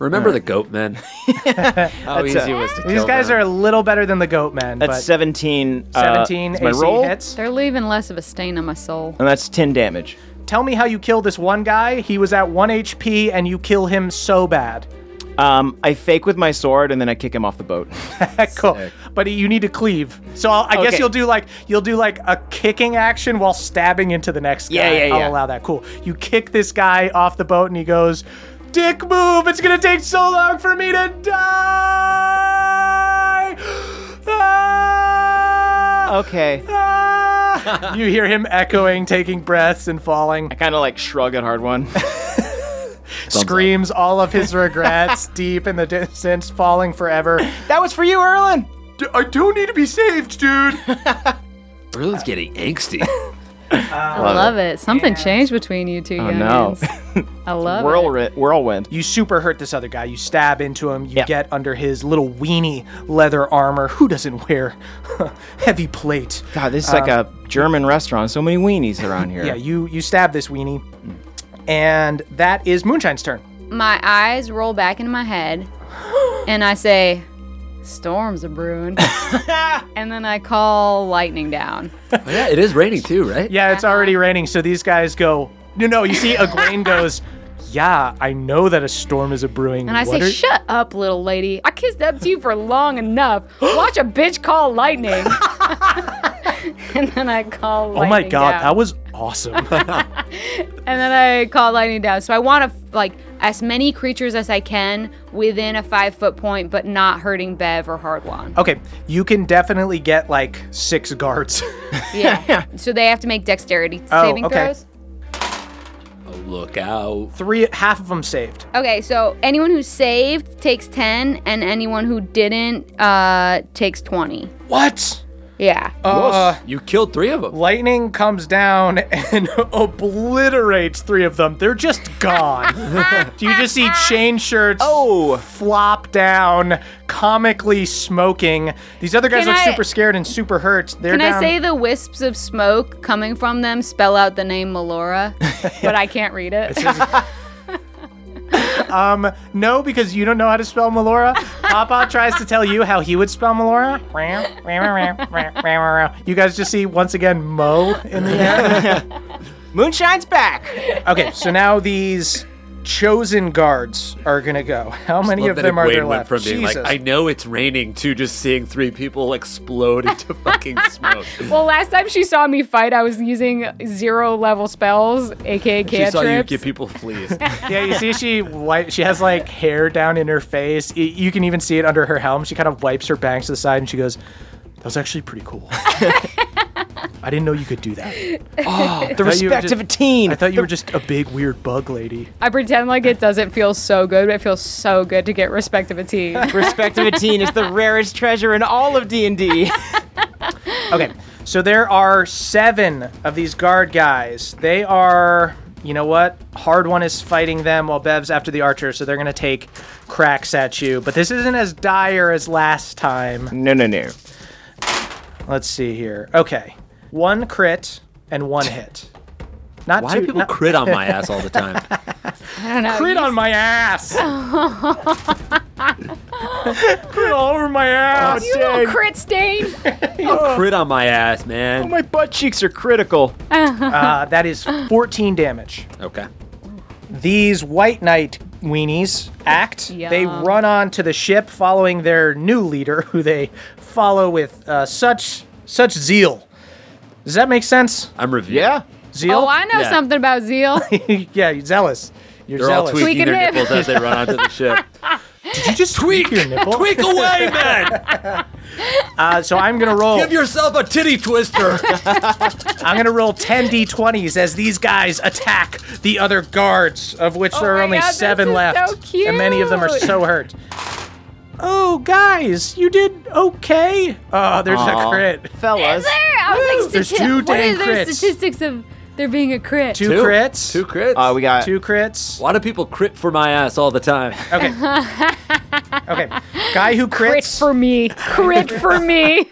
D: Remember the goat men? How
F: That's,
D: easy
F: uh,
D: it was to kill
C: These guys
D: them.
C: are a little better than the goat men.
F: That's
C: but
F: 17. uh,
C: 17
F: is my
C: AC
F: roll,
C: hits.
E: They're leaving less of a stain on my soul.
F: and that's 10 damage.
C: Tell me how you kill this one guy. He was at 1 HP and you kill him so bad.
F: Um, I fake with my sword and then I kick him off the boat.
C: Heck, cool. But you need to cleave. So I'll, I guess
F: Okay.
C: you'll do like you'll do like a kicking action while stabbing into the next guy.
F: Yeah, yeah,
C: I'll
F: yeah.
C: allow that. Cool. You kick this guy off the boat and he goes, "Dick move. It's going to take so long for me to die." Ah!
F: okay.
C: Ah! you hear him echoing, taking breaths, and falling.
F: I kind of like shrug at hard one.
C: Screams all of his regrets deep in the distance, falling forever.
F: that was for you, Erlen.
C: D- I don't need to be saved, dude.
D: Erlen's getting angsty.
E: I love, it. Something changed between you two
F: Oh, no.
E: guys. I love it.
F: Whirlwind. Whirlwind.
C: You super hurt this other guy. You stab into him. You
F: Yeah.
C: get under his little weenie leather armor. Who doesn't wear heavy plate?
F: God, this is like a German restaurant. So many weenies around here.
C: Um, Yeah, you you stab this weenie, and that is Moonshine's turn.
E: My eyes roll back into my head, and I say, "Storms are brewing," and then I call lightning down.
D: Oh, yeah, it is raining too, right?
C: Yeah, it's
E: Uh-huh.
C: already raining, so these guys go. No, no. You see, Egwene goes. Yeah, I know that a storm is a brewing.
E: And I
C: What
E: say,
C: are-
E: "Shut up, little lady. I kissed up to you for long enough. Watch a bitch call lightning." and then I call.
C: Oh my
E: lightning
C: god,
E: down.
C: that was awesome.
E: And then I call lightning down. So I want to like as many creatures as I can within a five foot point, but not hurting Bev or Hardwan.
C: okay, you can definitely get like six guards.
E: Yeah. so they have to make dexterity
C: Oh,
E: saving
C: okay.
E: throws.
D: Oh, look out.
C: Three, half of them saved.
E: Okay. So anyone who saved takes ten, and anyone who didn't uh, takes twenty.
C: What?
E: Yeah.
D: Oh,
C: Uh,
D: You killed three of them.
C: lightning comes down and obliterates three of them. They're just gone. Do you just see chain shirts
F: Oh.
C: flop down, comically smoking? These other guys
E: Can
C: look
E: I-
C: super scared and super hurt. They're
E: Can I
C: down-
E: say the wisps of smoke coming from them spell out the name Melora, but I can't read it?
C: um no because you don't know how to spell Melora. Papa tries to tell you how he would spell Melora. you guys just see once again Mo in the air.
F: Moonshine's back.
C: Okay, so now these chosen guards are gonna go. How many of
D: Love that
C: them are
D: Egwene
C: there
D: went
C: left?
D: From being like,
C: Jesus.
D: I know it's raining to just seeing three people explode into fucking smoke.
E: Well, last time she saw me fight, I was using zero level spells, aka
D: she saw you
E: cantrips.
D: give people fleas.
C: yeah, you see, she wipe, she has like hair down in her face. Y- you can even see it under her helm. She kind of wipes her bangs to the side and she goes, "That was actually pretty cool. I didn't know you could do that.
F: Oh, The respect
C: just-
F: of a teen.
C: I thought you were just a big weird bug lady."
E: I pretend like it doesn't feel so good, but it feels so good to get respect of a teen.
F: respect of a teen is the rarest treasure in all of D&D.
C: Okay, so there are seven of these guard guys. They are, you know what? Hard one is fighting them while Bev's after the archer, so they're gonna take cracks at you. But this isn't as dire as last time.
F: no, no, no.
C: Let's see here. Okay, one crit and one hit. Not
D: Why
C: two,
D: do people
C: not-
D: crit on my ass all the time?
E: I don't know.
C: crit
E: you-
C: on my ass? crit all over my ass.
E: you little crit stain.
C: Oh.
D: crit on my ass, man.
F: My butt cheeks are critical.
C: Uh, that is 14 damage.
D: okay.
C: These white knight weenies act. They
E: Yum.
C: run on to the ship following their new leader, who they follow with uh, such such zeal. Does that make sense?
D: I'm reviewing.
F: Yeah.
C: Zeal?
E: Oh, I know
D: Yeah.
E: something about zeal.
C: yeah, you're zealous. You're
D: They're all
C: zealous.
D: tweaking
E: Tweaking
D: their
E: it.
D: nipples as they run onto the ship.
C: Did you just tweak your nipple?
D: Tweak away, man!
C: Uh, so I'm gonna roll.
D: Give yourself a titty twister.
C: I'm gonna roll 10 d20s as these guys attack the other guards, of which there are
E: Oh my
C: only
E: God, this
C: seven
E: is
C: left,
E: so
C: and many of them are
E: cute.
C: so hurt. "Oh, guys, you did okay." Oh, there's a
F: Aw.
C: crit.
F: Fellas.
E: Is there? I was like,
C: There's
E: stati-
C: two
E: what
C: dang
E: are the
C: crits.
E: statistics of there being a crit?
C: Two, crits.
D: Two crits.
F: Uh, we got
C: Two crits.
D: a lot of people crit for my ass all the time.
C: Okay. okay. Guy who crits.
E: crit for me. Crit for me.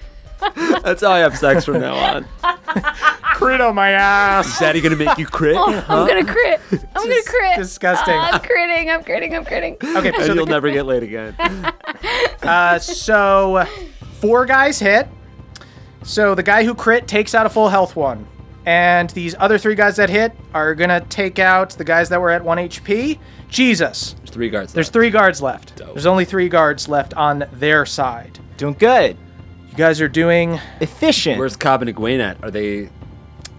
D: That's how I have sex from now on.
C: crit on my ass.
D: Is Daddy gonna make you crit?
E: I'm gonna crit. I'm gonna
C: Dis-
E: crit.
C: disgusting.
E: Ah, I'm critting. I'm critting. I'm critting.
C: Okay. So
D: And
C: the-
D: you'll never get laid again.
C: Uh, so four guys hit. So the guy who crit takes out a full health one. And these other three guys that hit are going to take out the guys that were at 1 HP. Jesus.
D: There's three guards.
C: There's
D: left.
C: three guards left. There's only three guards left on their side.
F: doing good.
C: You guys are doing,
F: Efficient.
D: Where's Cobb and Egwene at? Are they?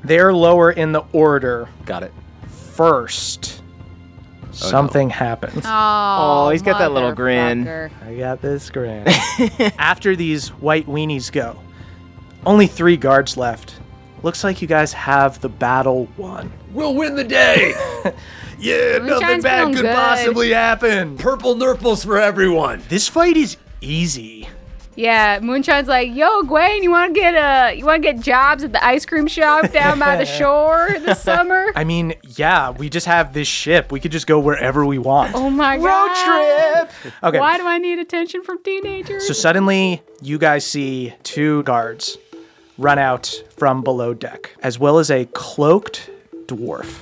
C: they're lower in the order
D: Got it.
C: first. Something happens.
E: Oh,
F: Oh, he's got that little grin.
E: motherfucker.
C: I got this grand. After these white weenies go, only three guards left. Looks like you guys have the battle won.
D: We'll win the day. yeah, nothing
E: Moonshine's
D: bad
E: feeling
D: could
E: good.
D: possibly happen. Purple nurples for everyone.
C: This fight is easy.
E: Yeah, Moonshine's like, yo, Gwen, you wanna get uh you wanna get jobs at the ice cream shop down by the shore this summer?
C: I mean, yeah, we just have this ship. We could just go wherever we want.
E: oh my god.
C: Road trip. Okay.
E: Why do I need attention from teenagers?
C: So suddenly, you guys see two guards run out from below deck, as well as a cloaked dwarf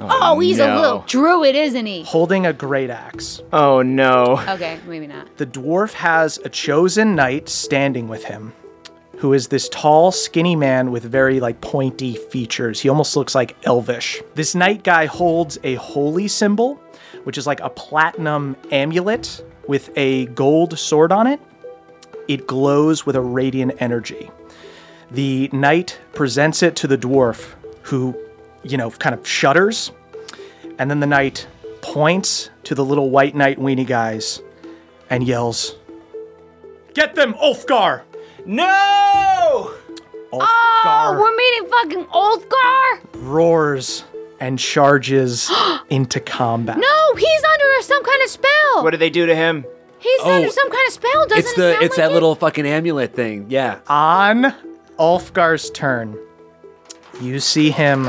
E: oh, he's a
F: no.
E: little druid, isn't he?
C: holding a great axe.
F: Oh no.
E: Okay, maybe not.
C: The dwarf has a chosen knight standing with him, who is this tall, skinny man with very like pointy features. He almost looks like elvish. This knight guy holds a holy symbol, which is like a platinum amulet with a gold sword on it. It glows with a radiant energy. The knight presents it to the dwarf, who, you know, kind of shudders. And then the knight points to the little white knight weenie guys and yells, Get them, Ulfgar!
F: No!
C: Ulfgar
E: Oh, we're meeting fucking Ulfgar?
C: roars and charges into combat.
E: No, he's under some kind of spell.
F: What did they do to him?
E: he's
D: Oh,
E: under some kind of spell, doesn't
D: It's
E: it?
D: the
E: sound
D: it's
E: like
D: that
E: it?
D: little fucking amulet thing. Yeah.
C: On Ulfgar's turn, you see him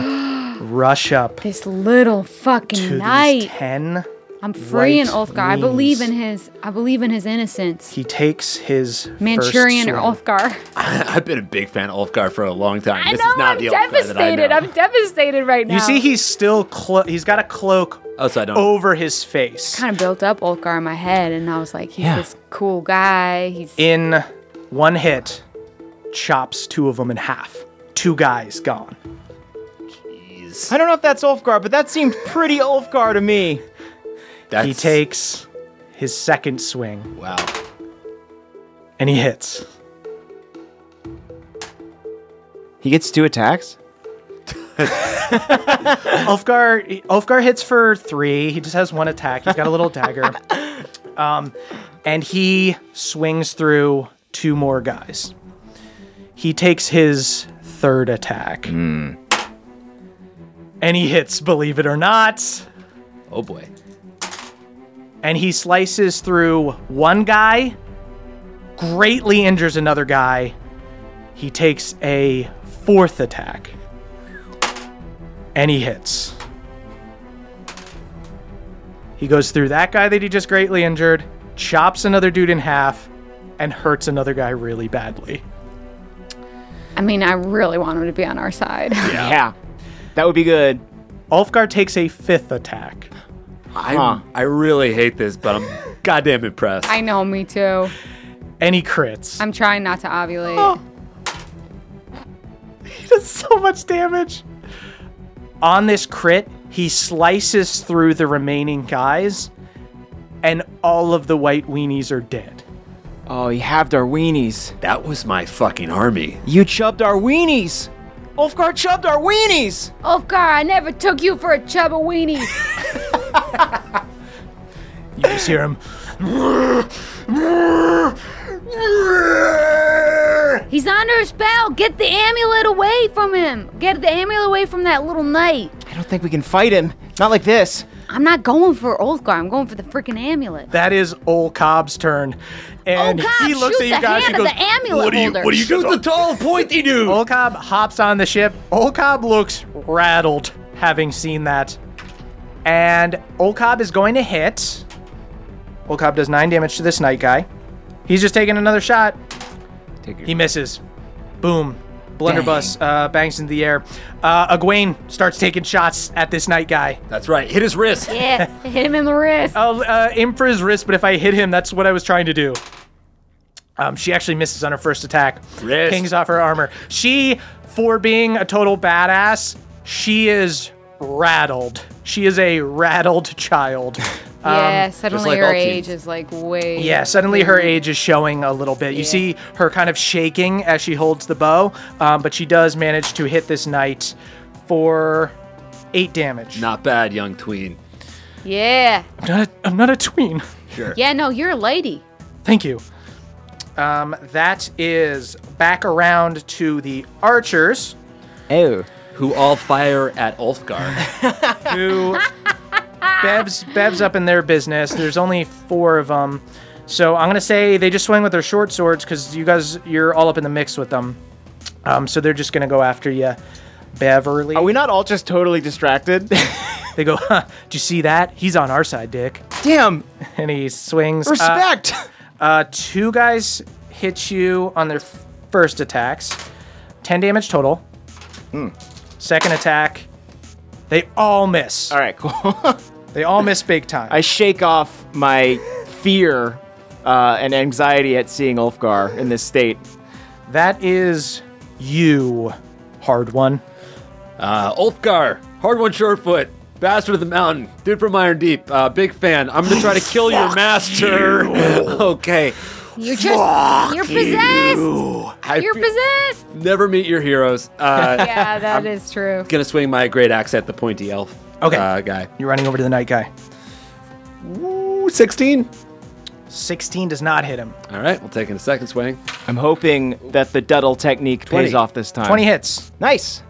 C: rush up
E: This little
C: to
E: fucking
C: these
E: knight.
C: ten.
E: I'm freeing
C: white
E: Ulfgar. I believe
C: knees.
E: in his I believe in his innocence.
C: He takes his
E: Manchurian or
C: first swing.
E: Ulfgar.
D: I've been a big fan of Ulfgar for a long time.
E: I
D: this
E: know,
D: is not
E: I'm
D: the Ulfgar that I
E: devastated.
D: know.
E: I'm devastated right now.
C: You see, he's still clo- he's got a cloak
D: oh, so I don't.
C: over his face.
E: kind of built up Ulfgar in my head, and I was like, he's
C: Yeah.
E: this cool guy. He's
C: In one hit, chops two of them in half. Two guys gone.
F: I don't know if that's Ulfgar, but that seemed pretty Ulfgar to me.
D: That's,
C: He takes his second swing.
D: Wow.
C: and he hits.
F: He gets two attacks?
C: Ulfgar Ulfgar hits for three. He just has one attack. He's got a little dagger, um, and he swings through two more guys. He takes his third attack, and he hits. Believe it or not,
D: Oh boy.
C: and he slices through one guy, greatly injures another guy. He takes a fourth attack, and he hits. He goes through that guy that he just greatly injured, chops another dude in half, and hurts another guy really badly.
E: I mean, I really want him to be on our side.
F: Yeah. That would be good.
C: Ulfgar takes a fifth attack.
D: I
F: Huh.
D: I really hate this, but I'm goddamn impressed.
E: I know, me too.
C: And he crits.
E: I'm trying not to ovulate.
D: Oh.
C: He does so much damage. On this crit, he slices through the remaining guys, and all of the white weenies are dead.
F: Oh, you halved our weenies.
D: that was my fucking army.
F: You chubbed our weenies! Ulfgar chubbed our weenies!
E: Ulfgar, I never took you for a chubba weenie.
C: You just hear him.
E: He's under a spell. Get the amulet away from him. Get the amulet away from that little knight.
F: I don't think we can fight him. Not like this.
E: I'm not going for Olgar. I'm going for the freaking amulet.
C: That is old Cobb's turn. And
E: Old Cobb,
C: he looks
E: shoot
C: at you
E: the
C: guys
E: hand
C: and goes,
E: of the amulet
C: what do you,
E: holder.
C: what do you Oh.
D: Shoot the tall pointy dude.
C: Old Cobb hops on the ship. Old Cobb looks rattled having seen that. And Old Cobb is going to hit. Old Cobb does nine damage to this night guy. He's just taking another shot.
F: Take your-
C: He misses. Boom. Blunderbuss uh, bangs into the air. Uh, Egwene starts taking shots at this night guy.
D: That's right. Hit his wrist.
E: Yeah, hit him in the wrist.
C: I'll uh, aim for his wrist, but if I hit him, that's what I was trying to do. Um, she actually misses on her first attack.
D: Wrist.
C: Pings off her armor. She, for being a total badass, she is rattled. She is a rattled child.
E: yeah, suddenly
D: like all
E: her
D: teens.
E: age is like way.
C: Yeah, suddenly her age is showing a little bit. You see her kind of shaking as she holds the bow, um, but she does manage to hit this knight for eight damage.
D: Not bad, young tween.
E: Yeah.
C: I'm, not a, I'm not a tween.
E: Yeah, no, you're a lady.
C: Thank you. Um, that is back around to the archers
F: Oh.
D: Who all fire at Ulfgar.
C: who Bev's Bev's up in their business. There's only four of them, so I'm gonna say they just swing with their short swords because you guys you're all up in the mix with them. Um, so they're just gonna go after you, Beverly.
F: Are we not all just totally distracted?
C: They go, huh, "Do you see that? He's on our side, Dick."
F: Damn.
C: And he swings. uh,
F: Respect.
C: Uh, two guys hit you on their f- first attacks. 10 damage total. Hmm. Second attack. They all miss.
F: all right, cool.
C: They all miss big time.
F: I shake off my fear uh, and anxiety at seeing Ulfgar in this state.
C: that is you, hard one.
D: Uh, Ulfgar, hard one shortfoot, bastard of the mountain, dude from Iron Deep, uh, big fan. I'm gonna try to kill your master. okay.
E: You're just. you're possessed.
D: I
E: You're
D: fe-
E: possessed.
D: Never meet your heroes. Uh,
E: Yeah, that is true.
D: Gonna swing my great axe at the pointy elf.
C: Okay.
D: Uh, guy.
C: You're running over to the night guy.
D: Ooh, 16.
C: 16 does not hit him.
D: All right, we'll take in a second swing.
F: I'm hoping that the Duddle technique
D: 20.
F: pays off this time.
C: 20 hits,
F: Nice.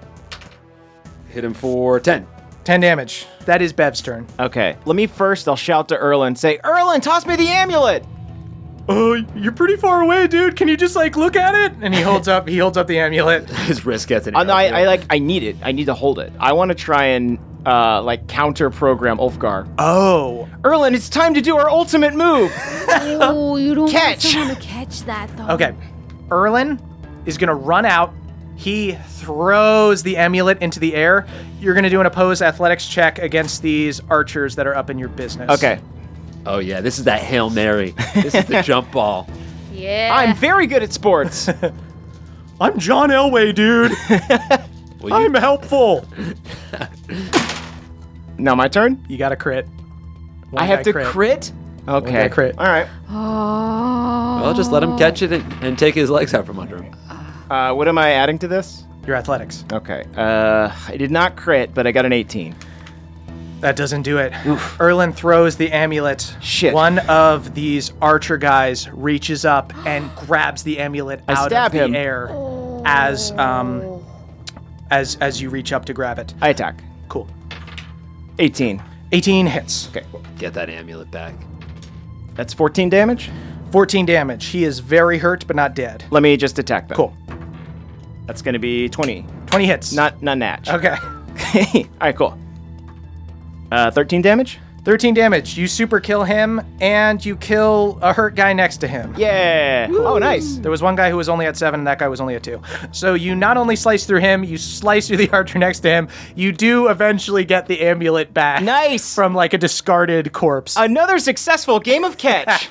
D: Hit him for 10.
C: 10 damage. That is Bev's turn.
F: Okay. Let me first, I'll shout to Erlin, say, Erlin, toss me the amulet.
C: Oh, you're pretty far away, dude. Can you just like look at it? And he holds up, he holds up the amulet.
D: His wrist gets an
F: Uh,
D: arrow.
F: no, I, I
D: through.
F: like, I need it. I need to hold it. I want to try and, uh, like, counter program Ulfgar.
C: Oh,
F: Erlin, Uh, it's time to do our ultimate move.
E: Oh, you don't want
F: Catch.
E: someone to catch that though.
C: Okay. Erlin is going to run out. He throws the amulet into the air. You're going to do an opposed athletics check against these archers that are up in your business.
F: Okay.
D: Oh, yeah, this is that Hail Mary. This is the jump ball.
E: Yeah.
F: I'm very good at sports.
C: I'm John Elway, dude.
D: Well, you-
C: I'm helpful.
F: now my turn?
C: You got a crit. One
F: I have
C: guy
F: to crit? Okay.
C: guy crit.
F: All right.
E: oh.
D: well, just let him catch it and, and take his legs out from under him.
F: Uh, what am I adding to this?
C: Your athletics.
F: Okay. Uh, I did not crit, but I got an 18.
C: That doesn't do it. Erlin throws the amulet.
F: Shit.
C: One of these archer guys reaches up and grabs the amulet out
F: stab
C: of the
F: him.
C: air as um as as you reach up to grab it.
F: I attack.
C: Cool.
F: 18.
C: 18 hits.
F: Okay.
D: Get that amulet back.
F: That's 14 damage.
C: 14 damage. He is very hurt but not dead.
F: Let me just attack them.
C: Cool.
F: That's going to be 20.
C: 20 hits.
F: Not not natch.
C: Okay.
F: Okay. All right, cool. Uh, 13 damage.
C: 13 damage. You super kill him and you kill a hurt guy next to him.
F: Yeah. Oh, nice.
C: There was one guy who was only at seven, and that guy was only at two. So you not only slice through him, you slice through the archer next to him. You do eventually get the amulet back.
F: Nice.
C: From like a discarded corpse.
F: Another successful game of catch.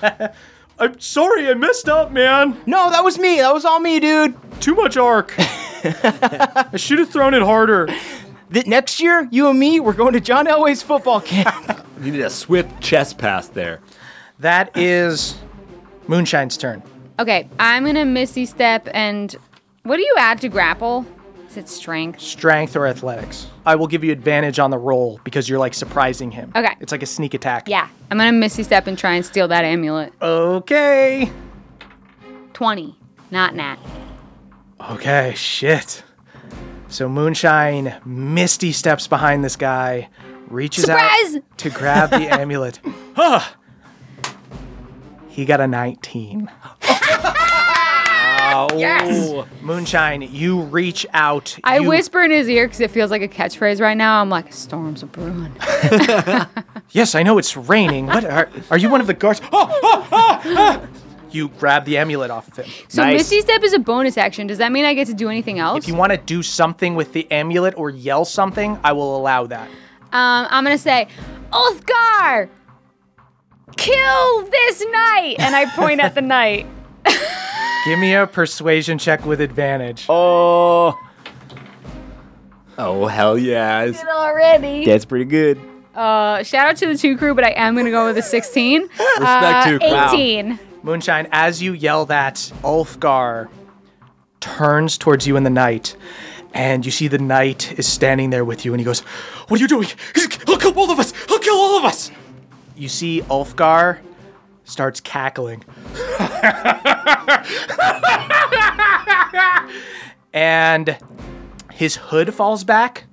C: I'm sorry, I messed up, man.
F: no, that was me. That was all me, dude.
C: Too much arc. I should have thrown it harder.
F: Th- next year, you and me, we're going to John Elway's football camp.
D: You need a swift chest pass there.
C: That is Moonshine's turn.
E: Okay, I'm gonna missy step and what do you add to grapple? Is it strength?
C: strength or athletics. I will give you advantage on the roll because you're like surprising him.
E: Okay.
C: It's like a sneak attack.
E: Yeah, I'm gonna missy step and try and steal that amulet.
C: Okay.
E: Twenty, not nat.
C: Okay, shit. So Moonshine misty steps behind this guy, reaches
E: Surprise!
C: out to grab the amulet. Huh. He got a 19.
E: Yes.
C: Moonshine, you reach out.
E: I
C: you-
E: whisper in his ear because it feels like a catchphrase right now. I'm like, storms a brewing.
C: Yes, I know it's raining. What are, are you one of the guards? Oh, oh, oh, oh. You grab the amulet off of him.
E: So
F: Nice.
E: Misty Step is a bonus action. Does that mean I get to do anything else?
C: If you want to do something with the amulet or yell something, I will allow that.
E: Um, I'm gonna say, Ulfgar, kill this knight, and I point at the knight.
C: Give me a persuasion check with advantage.
F: Oh,
D: Oh hell yeah!
E: Did already.
F: that's pretty good.
E: Uh, shout out to the two crew, but I am gonna go with a Uh, 16. Respect
D: Respect to Cloud.
E: 18.
C: Moonshine, as you yell that, Ulfgar turns towards you in the night, and you see the knight is standing there with you, and he goes, What are you doing? He'll kill all of us! He'll kill all of us! You see Ulfgar starts cackling. and his hood falls back.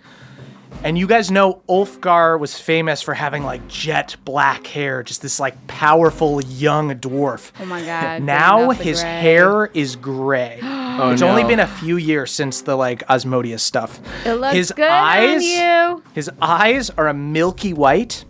C: And you guys know Ulfgar was famous for having like jet black hair, just this like powerful young dwarf.
E: Oh my god.
C: Now
E: bringing up Oh, the
C: his
E: gray.
C: hair is gray. it's only
F: no.
C: been a few years since the like Osmodius stuff.
E: It looks
C: his
E: good on
C: eyes,
E: you.
C: his eyes are a milky white,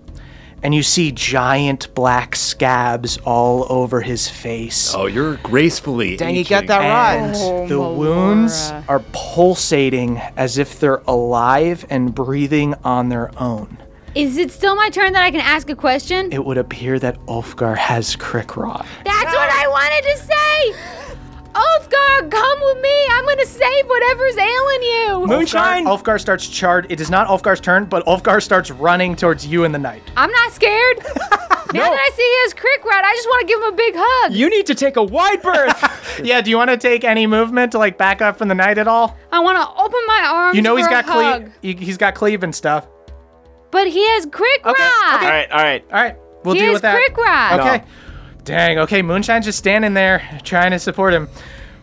C: and you see giant black scabs all over his face.
D: Oh, you're gracefully.
F: Dang, he got that
C: And
F: right.
E: Oh,
C: the wounds are pulsating as if they're alive and breathing on their own.
E: Is it still my turn that I can ask a question?
C: It would appear that Ulfgar has Crick Rod.
E: That's what I wanted to say. Ulfgar, come with me. I'm gonna save whatever's ailing you.
F: Moonshine.
C: Ulfgar, Ulfgar starts charred. It is not Ulfgar's turn, but Ulfgar starts running towards you in the night.
E: I'm not scared. Now that Uh, I see he has crick rat, I just want to give him a big hug.
F: You need to take a wide berth.
C: Yeah, do you want to take any movement to like back up from the night at all?
E: I want to open my arms.
C: You know
E: for
C: he's
E: a
C: got
E: hug,
C: cleave. he- He's got cleave and stuff.
E: but he has crick rat.
F: all right, all right.
C: All right, we'll
E: He
C: deal
E: has
C: with that.
E: crick rat.
C: Okay. Dang. Okay, Moonshine's just standing there trying to support him.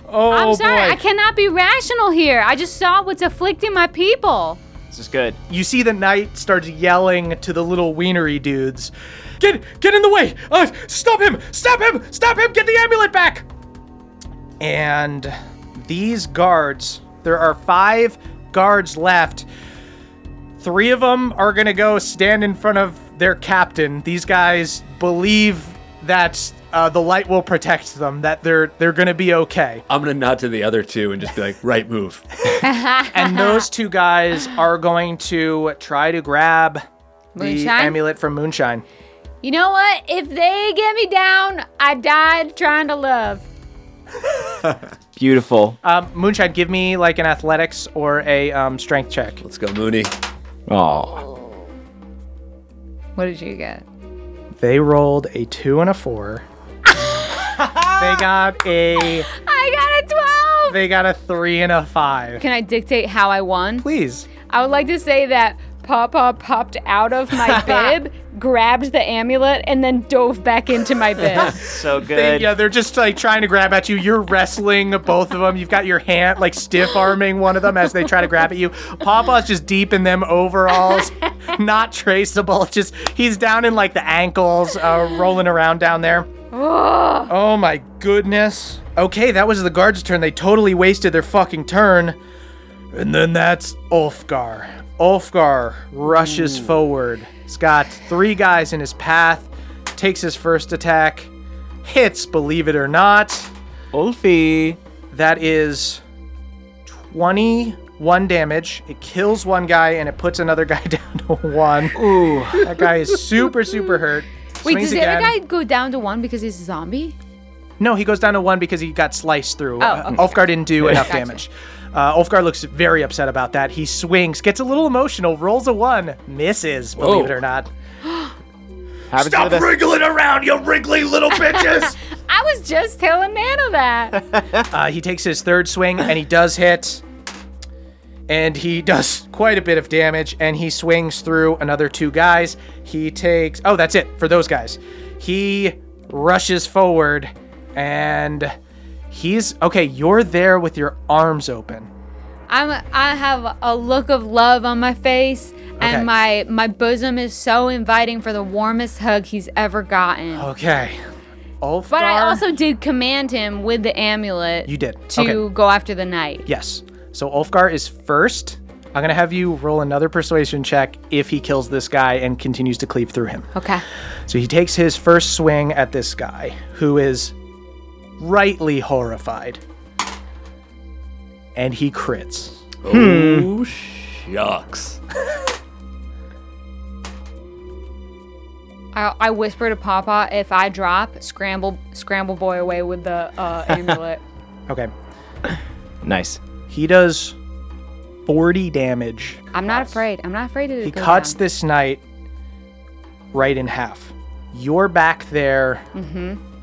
C: Oh
E: I'm sorry,
C: boy.
E: I cannot be rational here. I just saw what's afflicting my people.
F: This is good.
C: you see the knight starts yelling to the little wienery dudes. Get get in the way! Uh, stop him! Stop him! Stop him! Get the amulet back! And these guards, there are five guards left. Three of them are gonna go stand in front of their captain. These guys believe that uh, the light will protect them, that they're they're gonna be okay.
D: I'm gonna nod to the other two and just be like, right move.
C: and those two guys are going to try to grab the
E: Moonshine?
C: amulet from Moonshine.
E: You know what? If they get me down, I died trying to love.
F: Beautiful.
C: Um, Moonshine, give me like an athletics or a um, strength check.
D: Let's go, Mooney.
F: Oh,
E: What did you get?
C: They rolled a two and a four. they got a
E: I got a 12.
C: they got a three and a five.
E: Can I dictate how I won?
C: Please.
E: I would like to say that Papa popped out of my bib, grabbed the amulet, and then dove back into my bib.
F: so
C: They,
F: good.
C: yeah, they're just like trying to grab at you. You're wrestling both of them. You've got your hand like stiff arming one of them as they try to grab at you. Papa's just deep in them overalls, not traceable. Just he's down in like the ankles, uh, rolling around down there. oh my goodness. Okay, that was the guards' turn. They totally wasted their fucking turn. And then that's Ulfgar. Ulfgar rushes forward. He's got three guys in his path, takes his first attack hits, believe it or not.
F: Ulfie.
C: That is 21 damage. It kills one guy and it puts another guy down to one.
F: Ooh.
C: That guy is super, super hurt.
E: Wait,
C: Swings
E: does the other guy
C: again.
E: go down to one because he's a zombie?
C: No, he goes down to one because he got sliced through. Uh,
E: Oh, okay.
C: Ulfgar didn't do enough
E: Gotcha.
C: damage. Uh, Ulfgar looks very upset about that. He swings, gets a little emotional, rolls a one, misses, believe it
D: Whoa.
C: or not.
F: Happens with us.
D: wriggling around, you wriggly little bitches.
E: I was just telling Nana that.
C: Uh, he takes his third swing and he does hit. And he does quite a bit of damage and he swings through another two guys. He takes. Oh, that's it for those guys. He rushes forward and he's. Okay, you're there with your arms open.
E: I'm, I have a look of love on my face, and
C: Okay.
E: and my my bosom is so inviting for the warmest hug he's ever gotten.
C: Oh, Okay. Ulfgar.
E: But I also did command him with the amulet.
C: You did.
E: to
C: Okay.
E: go after the knight.
C: Yes. So Ulfgar is first. I'm going to have you roll another persuasion check if he kills this guy and continues to cleave through him.
E: Okay.
C: So he takes his first swing at this guy, who is rightly horrified. And he crits.
F: Hmm.
D: Oh, shucks.
E: I, I whisper to Papa, if I drop, scramble, scramble boy away with the uh, amulet.
C: Okay.
F: Nice.
C: He does 40 damage.
E: I'm not afraid. I'm not afraid of it.
C: He cuts this knight right in half. You're back there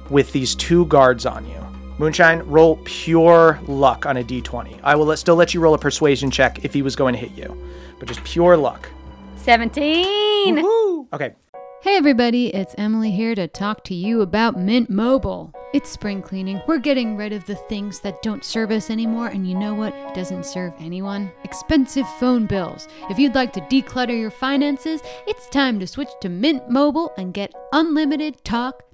C: with these two guards on you. Moonshine, roll pure luck on a d20. I will let, still let you roll a persuasion check if he was going to hit you, but just pure luck.
E: 17.
C: Okay,
G: Hey everybody, it's Emily here to talk to you about Mint Mobile. It's spring cleaning. We're getting rid of the things that don't serve us anymore, and you know what doesn't serve anyone? Expensive phone bills. If you'd like to declutter your finances, it's time to switch to Mint Mobile and get unlimited talk,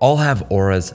H: all have auras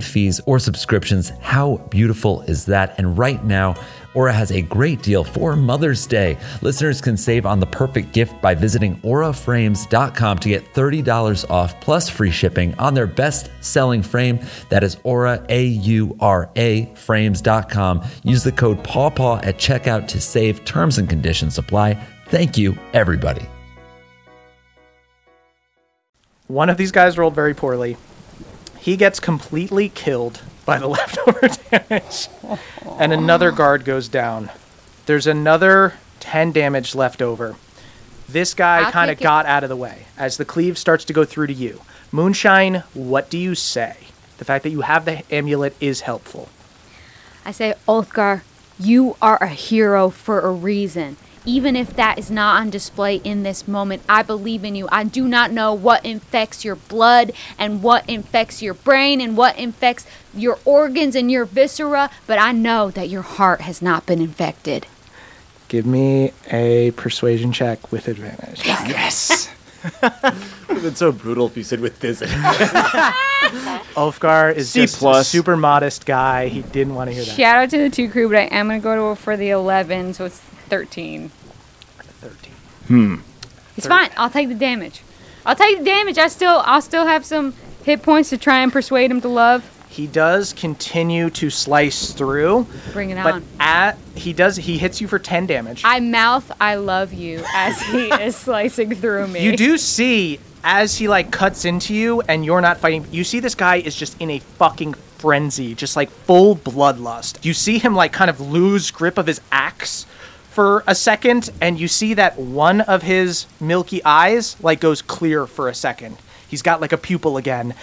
H: fees or subscriptions. How beautiful is that? And right now, Aura has a great deal for Mother's Day. Listeners can save on the perfect gift by visiting auraframes.com to get $30 off plus free shipping on their best selling frame. That is aura, A U R A, frames.com. Use the code PAWPAW at checkout to save. Terms and conditions apply. Thank you, everybody.
C: One of these guys rolled very poorly. He gets completely killed by the leftover damage. And another guard goes down. There's another 10 damage left over. This guy
E: I'll
C: kind of
E: take it.
C: got out of the way as the cleave starts to go through to you. Moonshine, what do you say? The fact that you have the amulet is helpful.
E: I say, Ulfgar, you are a hero for a reason. Even if that is not on display in this moment, I believe in you. I do not know what infects your blood and what infects your brain and what infects your organs and your viscera, but I know that your heart has not been infected.
C: Give me a persuasion check with advantage.
F: Yes.
D: It's so brutal if you said with this.
C: Ulfgar is
F: C
C: just a
F: plus.
C: super modest guy. He didn't want to hear that.
E: Shout out to the two crew, but I am going to go for the 11, so it's 13.
C: 13. Hmm.
E: It's fine. I'll take the damage. I'll take the damage. I still, I'll still have some hit points to try and persuade him to love.
C: He does continue to slice through.
E: Bring it
C: But
E: on.
C: at he does he hits you for ten damage.
E: I mouth "I love you" as he is slicing through me.
C: you do see as he like cuts into you and you're not fighting. You see this guy is just in a fucking frenzy, just like full bloodlust. You see him like kind of lose grip of his axe for a second, and you see that one of his milky eyes like goes clear for a second. He's got like a pupil again,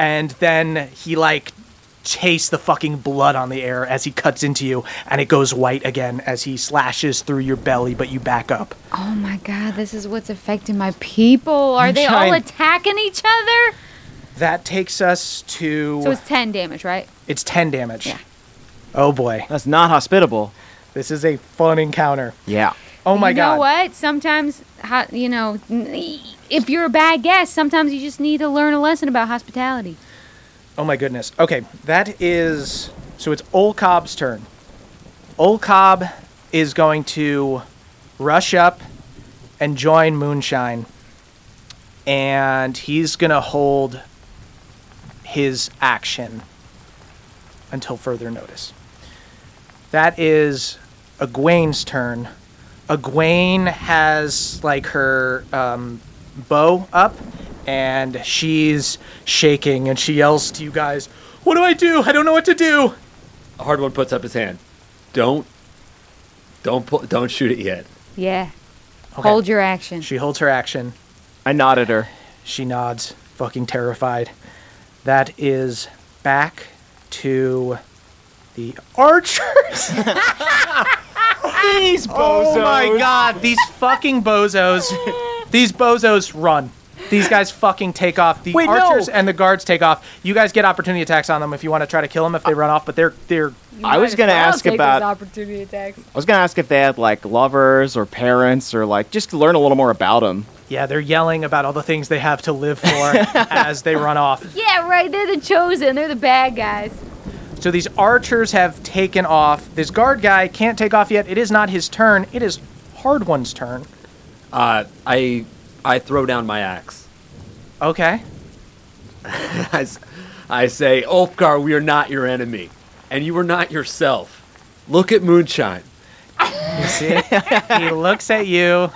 C: and then he like tastes the fucking blood on the air as he cuts into you, and it goes white again as he slashes through your belly, but you back up.
E: Oh my god, this is what's affecting my people. Are they all
C: Giant-
E: attacking each other?
C: That takes us to
E: So it's 10 damage, right?
C: it's ten damage. Oh boy,
F: That's not hospitable.
C: this is a fun encounter.
F: Yeah.
C: Oh my
E: you
C: god.
E: know what? Sometimes, ho- you know, n- if you're a bad guest, sometimes you just need to learn a lesson about hospitality.
C: Oh my goodness. Okay, that is so it's Olcob's turn. Olcob is going to rush up and join Moonshine. And he's going to hold his action until further notice. That is Egwene's turn. Egwene has like her um, bow up and she's shaking and she yells to you guys, What do I do? I don't know what to do.
D: Hard one puts up his hand. Don't, don't pull, don't shoot it yet.
E: Yeah.
C: Okay.
E: Hold your action.
C: She holds her action.
F: I nod at her.
C: She nods, fucking terrified. That is back to the archers.
F: These
C: Oh my god, these fucking bozos. These bozos run. These guys fucking take off. The
F: Wait, no.
C: archers and the guards take off. You guys get opportunity attacks on them if you want to try to kill them if they run off, but they're they're
F: I was gonna ask about. I
E: opportunity attacks.
F: was gonna ask if they had like lovers or parents or like just to learn a little more about them.
C: yeah, they're yelling about all the things they have to live for as they run off.
E: Yeah, right. They're the chosen. They're the bad guys.
C: So these archers have taken off. This guard guy can't take off yet. It is not his turn. It is Hard One's turn.
D: Uh, I, I throw down my axe.
C: Okay.
D: I, s- I say, Ulfgar, we are not your enemy, and you are not yourself. Look at Moonshine.
C: You see? he looks at you.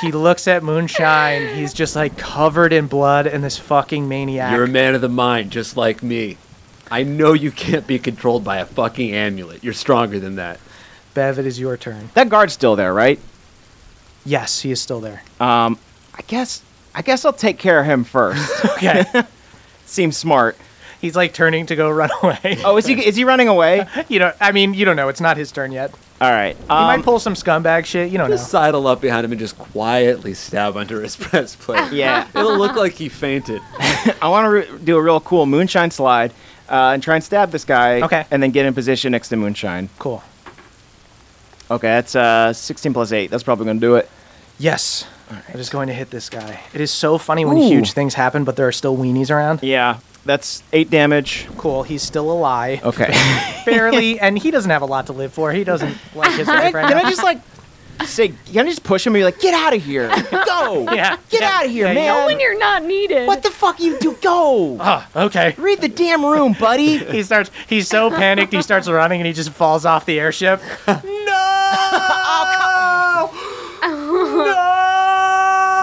C: He looks at Moonshine. He's just like covered in blood and this fucking maniac.
D: You're a man of the mind, just like me. I know you can't be controlled by a fucking amulet. You're stronger than that.
C: Bev, it is your turn.
F: That guard's still there, right?
C: Yes, he is still there.
F: Um, I guess. I guess I'll take care of him first.
C: Okay.
F: Seems smart.
C: He's like turning to go run away.
F: Oh, is he? Is he running away?
C: You know, I mean, you don't know. It's not his turn yet. He
F: All right. Um,
C: might pull some scumbag shit. You don't know.
D: Just sidle up behind him and just quietly stab under his breastplate.
F: Yeah.
D: It'll look like he fainted.
F: I want to re- do a real cool moonshine slide uh, and try and stab this guy.
C: Okay.
F: And then get in position next to moonshine.
C: Cool.
F: Okay, that's uh, 16 plus 8. That's probably going to do it.
C: Yes. I'm just going to hit this guy. It is so funny when
F: Ooh.
C: huge things happen, but there are still weenies around.
F: Yeah, that's 8 damage.
C: Cool. He's still alive.
F: Okay.
C: Barely. and he doesn't have a lot to live for. He doesn't like his life right
F: can I
C: now.
F: just like say, can I just push him and be like, get out of here? Go!
C: Yeah.
F: Get
C: Yeah.
F: out of here,
C: Yeah,
F: man!
C: yeah.
E: When you're not needed.
F: what the fuck you do? Go!
C: Ah, okay.
F: Read the damn room, buddy!
C: He starts. He's so panicked. He starts running, and he just falls off the airship.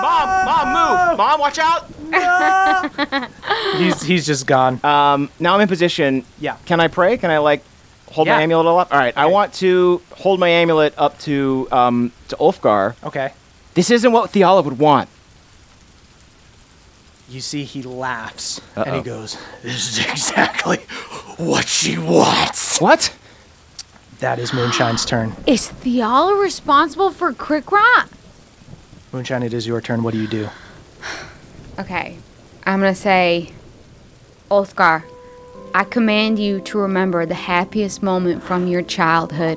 F: Mom, mom, move! Mom, watch out!
C: He's he's just gone.
F: Um, now I'm in position.
C: Yeah.
F: Can I pray? Can I like hold
C: Yeah.
F: my amulet up? All right. I want to hold my amulet up to um to Ulfgar.
C: Okay.
F: This isn't what Theala would want.
C: You see, he laughs and he goes, "This is exactly what she wants."
F: What?
C: That is Moonshine's turn.
E: Is Theala responsible for Crick Rock?
C: Moonshine, it is your turn. What do you do?
E: Okay. I'm going to say, Othgar, I command you to remember the happiest moment from your childhood.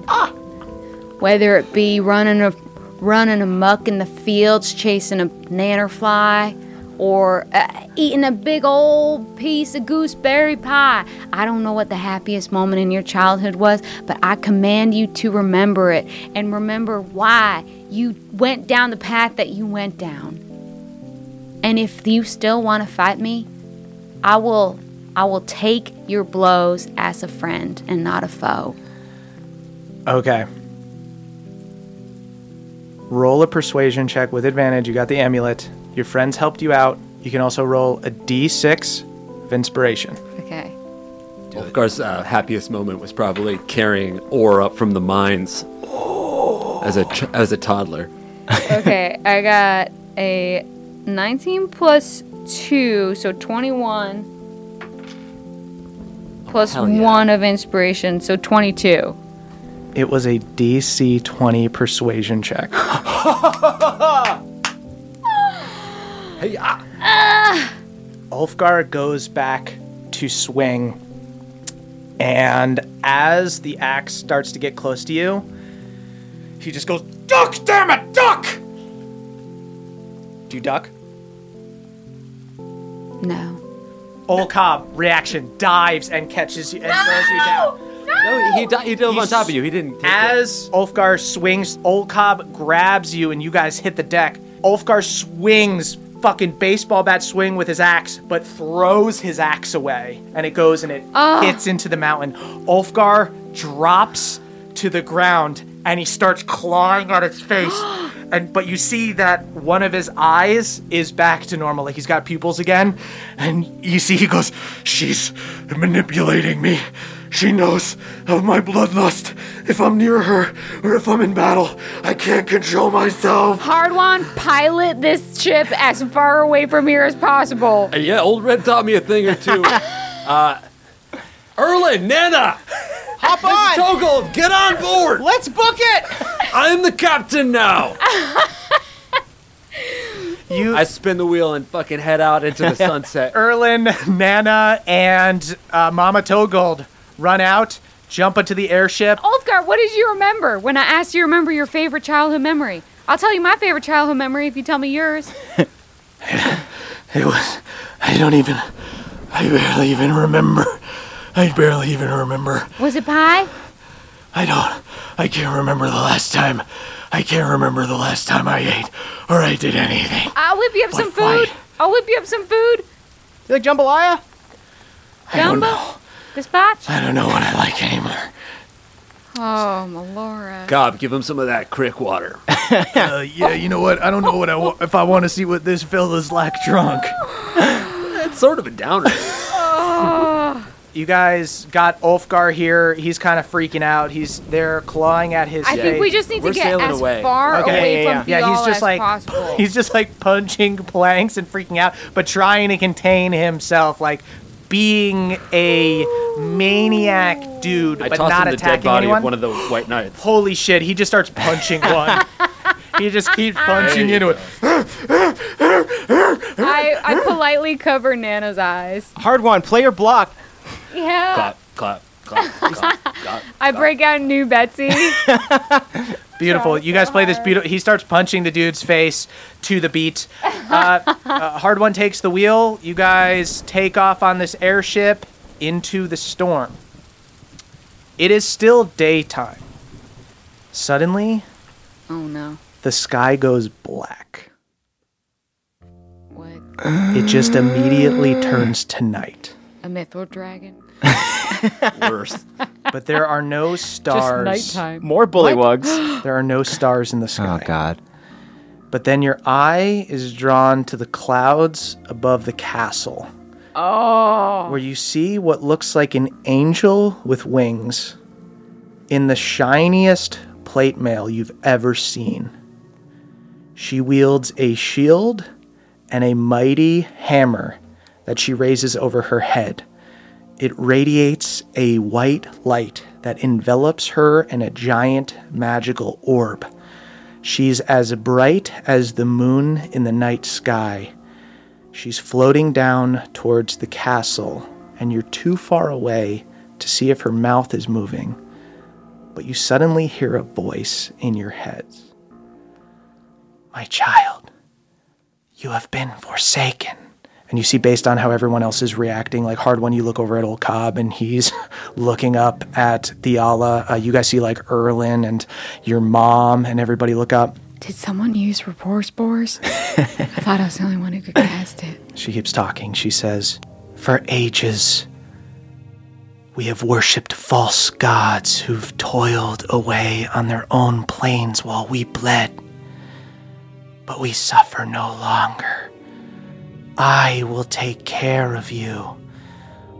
E: Whether it be running a running amuck in the fields chasing a nanner fly or uh, eating a big old piece of gooseberry pie. I don't know what the happiest moment in your childhood was, but I command you to remember it and remember why you went down the path that you went down. And if you still want to fight me, I will I will take your blows as a friend and not a foe.
C: Okay. Roll a persuasion check with advantage. You got the amulet. Your friends helped you out. You can also roll a d6 of inspiration.
E: Okay.
D: Well, of course, uh, happiest moment was probably carrying ore up from the mines as a ch- as a toddler.
E: Okay, I got a 19 plus 2, so 21 plus
D: hell yeah.
E: 1 of inspiration, so 22.
C: It was a DC 20 persuasion check.
D: Hey, ah.
C: Ulfgar goes back to swing, and as the axe starts to get close to you, he just goes, Duck, damn it, duck! Do you duck?
E: No.
C: Old Cobb, reaction, dives and catches you and throws you down.
D: No, he di- he dove on
C: He's-
D: top of you. He didn't. take it.
C: As Ulfgar swings, Old Cobb grabs you and you guys hit the deck. Ulfgar swings, fucking baseball bat swing with his axe, but throws his axe away and it goes and it hits into the mountain. Ulfgar drops to the ground and he starts clawing at its face. And but you see that one of his eyes is back to normal, like he's got pupils again. And you see he goes, She's manipulating me. She knows of my bloodlust. If I'm near her or if I'm in battle, I can't control myself.
E: Hardwan, pilot this ship as far away from here as possible.
D: And Uh, yeah, old Red taught me a thing or two. uh, Erlin, Nana,
F: Hop on!
D: Togold, get on board.
F: Let's book it!
D: I'm the captain now.
C: You, Er
D: I spin the wheel and fucking head out into the sunset.
C: Erlin, Nana, and uh, Mama Togold run out, jump into the airship.
E: Ulfgar, what did you remember when I asked you to remember your favorite childhood memory? I'll tell you my favorite childhood memory if you tell me yours.
C: It was. I don't even. I barely even remember. I barely even remember.
E: Was it pie?
C: I don't. I can't remember the last time. I can't remember the last time I ate or I did anything.
E: I'll whip you up some food. I'll whip you up some food.
F: You like jambalaya?
E: Gumbo? Dispatch?
C: I don't know what I like anymore.
E: Oh, Melora.
D: Cobb, give him some of that crick water.
C: Uh, yeah, you know what? I don't know what I wa- if I want to see what this fella's like drunk.
D: It's sort of a downer.
C: You guys got Ulfgar here. He's kind of freaking out. He's there clawing at his.
E: I think we just need to
D: We're
E: get
D: sailing
E: as
D: away.
E: far
C: Okay,
E: away
C: yeah,
E: from
C: yeah, yeah.
E: Fiala
C: he's just
E: as
C: like
E: possible.
C: he's just like punching planks and freaking out, but trying to contain himself, like being a maniac dude,
D: I
C: but
D: toss
C: not
D: him the
C: attacking
D: dead body
C: anyone.
D: of one of the white knights.
C: Holy shit! He just starts punching one. he just keeps punching into it.
E: I, I politely cover Nana's eyes.
F: Hard one, player block.
E: Yeah.
D: Clap, clap, clap, clap, clap.
E: I break out new Betsy.
C: Beautiful. You guys play this beautiful. He starts punching the dude's face to the beat. Uh, uh, hard one takes the wheel. You guys take off on this airship into the storm. It is still daytime. Suddenly,
E: oh no.
C: the sky goes black.
E: What?
C: It just immediately turns to night.
E: A mithril dragon?
D: Worse.
C: But there are no stars.
E: Just nighttime.
F: More bullywugs.
C: There are no stars in the sky.
F: God.
C: But then your eye is drawn to the clouds above the castle. Oh. Where you see what looks like an angel with wings in the shiniest plate mail you've ever seen. She wields a shield and a mighty hammer that she raises over her head. It radiates a white light that envelops her in a giant magical orb. She's as bright as the moon in the night sky. She's floating down towards the castle, and you're too far away to see if her mouth is moving. But you suddenly hear a voice in your heads My child, you have been forsaken. And you see, based on how everyone else is reacting, like hard one, you look over at old Cobb and he's looking up at Theala. Uh, you guys see like Erlin and your mom and everybody look up.
E: Did someone use rapport spores? I thought I was the only one who could cast it.
C: She keeps talking. She says, For ages, we have worshipped false gods who've toiled away on their own plains while we bled. But we suffer no longer. I will take care of you.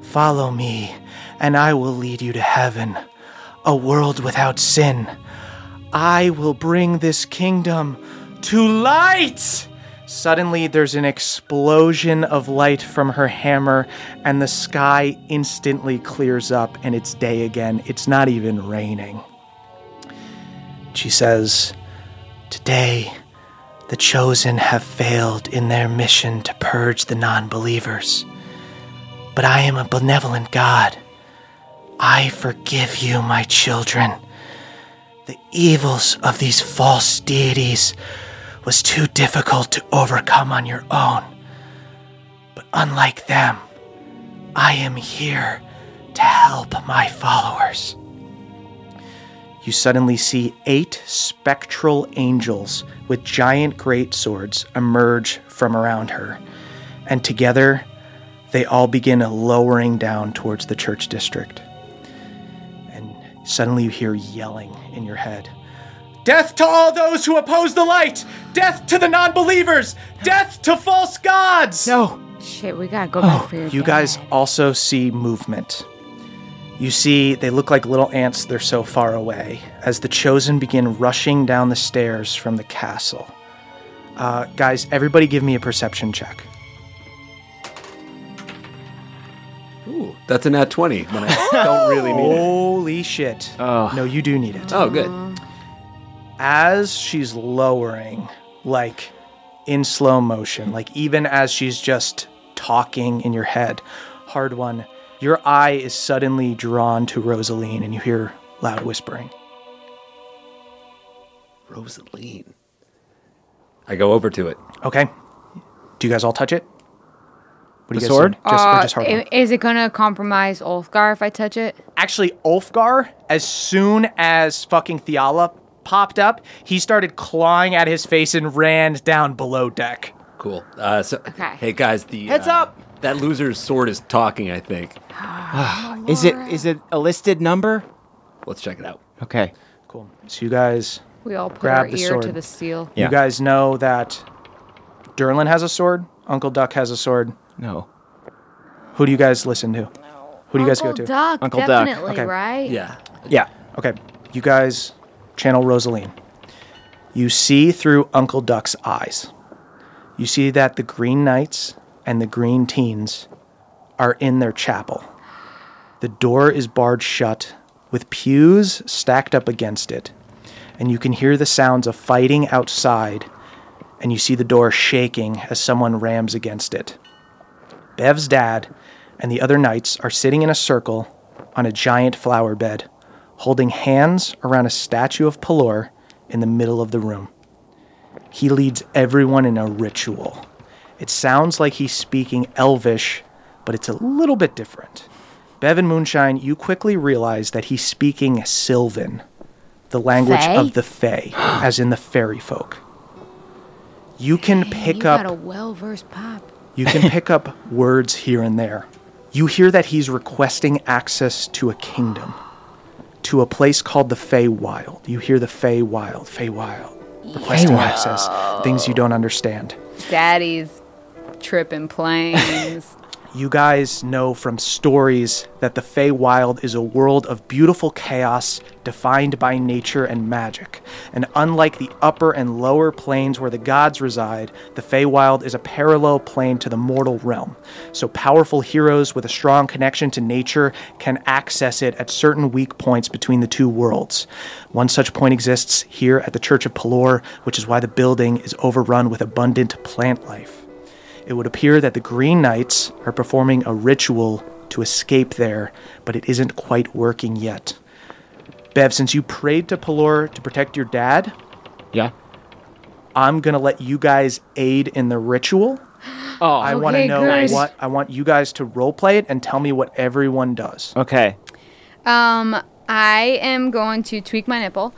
C: Follow me, and I will lead you to heaven, a world without sin. I will bring this kingdom to light! Suddenly, there's an explosion of light from her hammer, and the sky instantly clears up and it's day again. It's not even raining. She says, Today, the chosen have failed in their mission to purge the non believers. But I am a benevolent God. I forgive you, my children. The evils of these false deities was too difficult to overcome on your own. But unlike them, I am here to help my followers you suddenly see eight spectral angels with giant greatswords emerge from around her. And together, they all begin lowering down towards the church district. And suddenly you hear yelling in your head Death to all those who oppose the light! Death to the non believers! Death to false gods!
F: No,
E: Shit, we gotta go back for your
C: Oh, You
E: dad.
C: guys also see movement. You see, they look like little ants, they're so far away, as the chosen begin rushing down the stairs from the castle. Uh, guys, everybody give me a perception check.
D: Ooh, that's a nat 20. But I don't really need it.
C: Holy shit. No, you do need it.
D: Oh, good.
C: as she's lowering, like in slow motion, like even as she's just talking in your head, hard one, your eye is suddenly drawn to Rosaline and you hear loud whispering.
D: Rosaline. I go over to it.
C: Okay. Do you guys all touch it? What do you
D: The
C: guys
D: sword?
C: think? Just, or
E: Uh,
C: just hard one?
E: i- is it gonna compromise Ulfgar if I touch it?
C: Actually, Ulfgar, as soon as fucking Theala popped up, he started clawing at his face and ran down below deck.
D: Cool. Uh, so,
E: Okay.
D: hey guys, the
F: Heads
D: uh,
F: up!
D: That loser's sword is talking. I think.
F: is it is it a listed number?
D: Let's check it out.
F: Okay.
C: Cool. So you guys
E: We all put
C: Grab
E: our
C: the
E: ear to
C: sword.
E: the seal.
F: Yeah.
C: You guys know that Derlin has a sword, Uncle Duck has a sword.
F: No.
C: Who do you guys listen to? Who do you guys go to?
E: Uncle Duck,
F: Uncle Duck.
E: definitely,
C: Okay.
E: right?
D: Yeah.
C: Yeah. Okay. You guys channel Rosaline. You see through Uncle Duck's eyes. You see that the Green Knights and the Green Teens are in their chapel. The door is barred shut with pews stacked up against it. And you can hear the sounds of fighting outside. And you see the door shaking as someone rams against it. Bev's dad and the other knights are sitting in a circle on a giant flower bed, holding hands around a statue of Pelor in the middle of the room. He leads everyone in a ritual. It sounds like he's speaking elvish, but it's a little bit different. Bev and Moonshine, you quickly realize that he's speaking Sylvan, the language
E: Fae?
C: of the Fae, as in the fairy folk. You can pick
E: you
C: up
E: got a well-versed pop.
C: you can pick up words here and there. You hear that he's requesting access to a kingdom, to a place called the Feywild. You hear the Feywild, Feywild, requesting access, things you don't understand.
E: Daddy's tripping planes.
C: You guys know from stories that the Feywild is a world of beautiful chaos defined by nature and magic. And unlike the upper and lower planes where the gods reside, the Feywild is a parallel plane to the mortal realm. So powerful heroes with a strong connection to nature can access it at certain weak points between the two worlds. One such point exists here at the Church of Pelor, which is why the building is overrun with abundant plant life it would appear that the Green Knights are performing a ritual to escape there, but it isn't quite working yet. Bev, since you prayed to Pelor to protect your dad,
F: Yeah.
C: I'm gonna let you guys aid in the ritual.
F: Oh,
C: I want to
E: Okay,
C: know
E: good.
C: what I want you guys to roleplay it and tell me what everyone does.
F: okay.
E: um, I am going to tweak my nipple,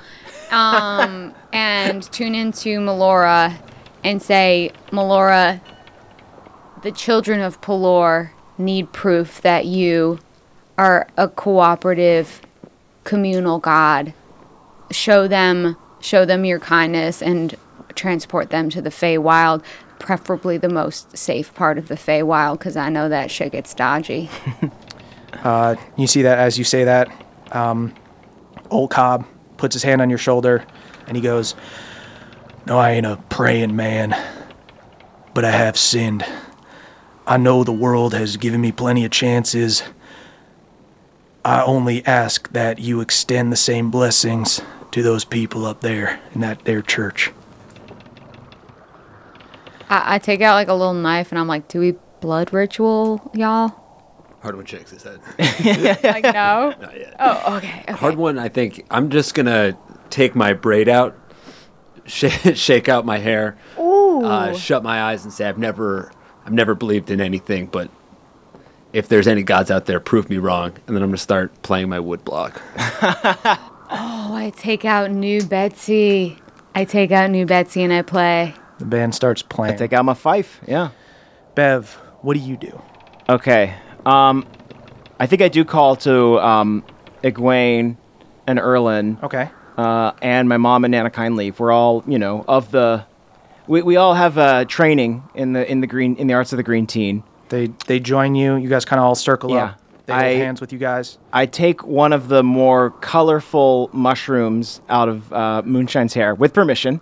E: um, and tune into Melora, and say, Melora, the children of Pelor need proof that you are a cooperative, communal god. Show them, show them your kindness, and transport them to the Feywild, preferably the most safe part of the Feywild, because I know that shit gets dodgy.
C: Uh, you see that as you say that. Um, old Cobb puts his hand on your shoulder and he goes, No, I ain't a praying man, but I have sinned. I know the world has given me plenty of chances. I only ask that you extend the same blessings to those people up there in that their church.
E: I, I take out like a little knife and I'm like, do we blood ritual, y'all?
D: Hardwood shakes his head.
E: Like, no. Oh, okay. okay.
D: Hard one, I think. I'm just gonna take my braid out, shake, shake out my hair, Uh, shut my eyes, and say, "I've never, I've never believed in anything, but if there's any gods out there, prove me wrong." And then I'm gonna start playing my wood block.
E: Oh, I take out New Betsy. I take out New Betsy and I play.
C: The band starts playing.
F: Take out my fife. Yeah.
C: Bev, what do you do?
F: Okay. Um, I think I do call to um, Egwene and Erlin.
C: Okay.
F: uh, and my mom and Nana Kindly. We're all, you know, of the. We, we all have uh, training in the in the green in the arts of the green teen.
C: They they join you. You guys kind of all circle up.
F: Yeah.
C: They hold
F: I-
C: hands with you guys.
F: I take one of the more colorful mushrooms out of uh, Moonshine's hair with permission.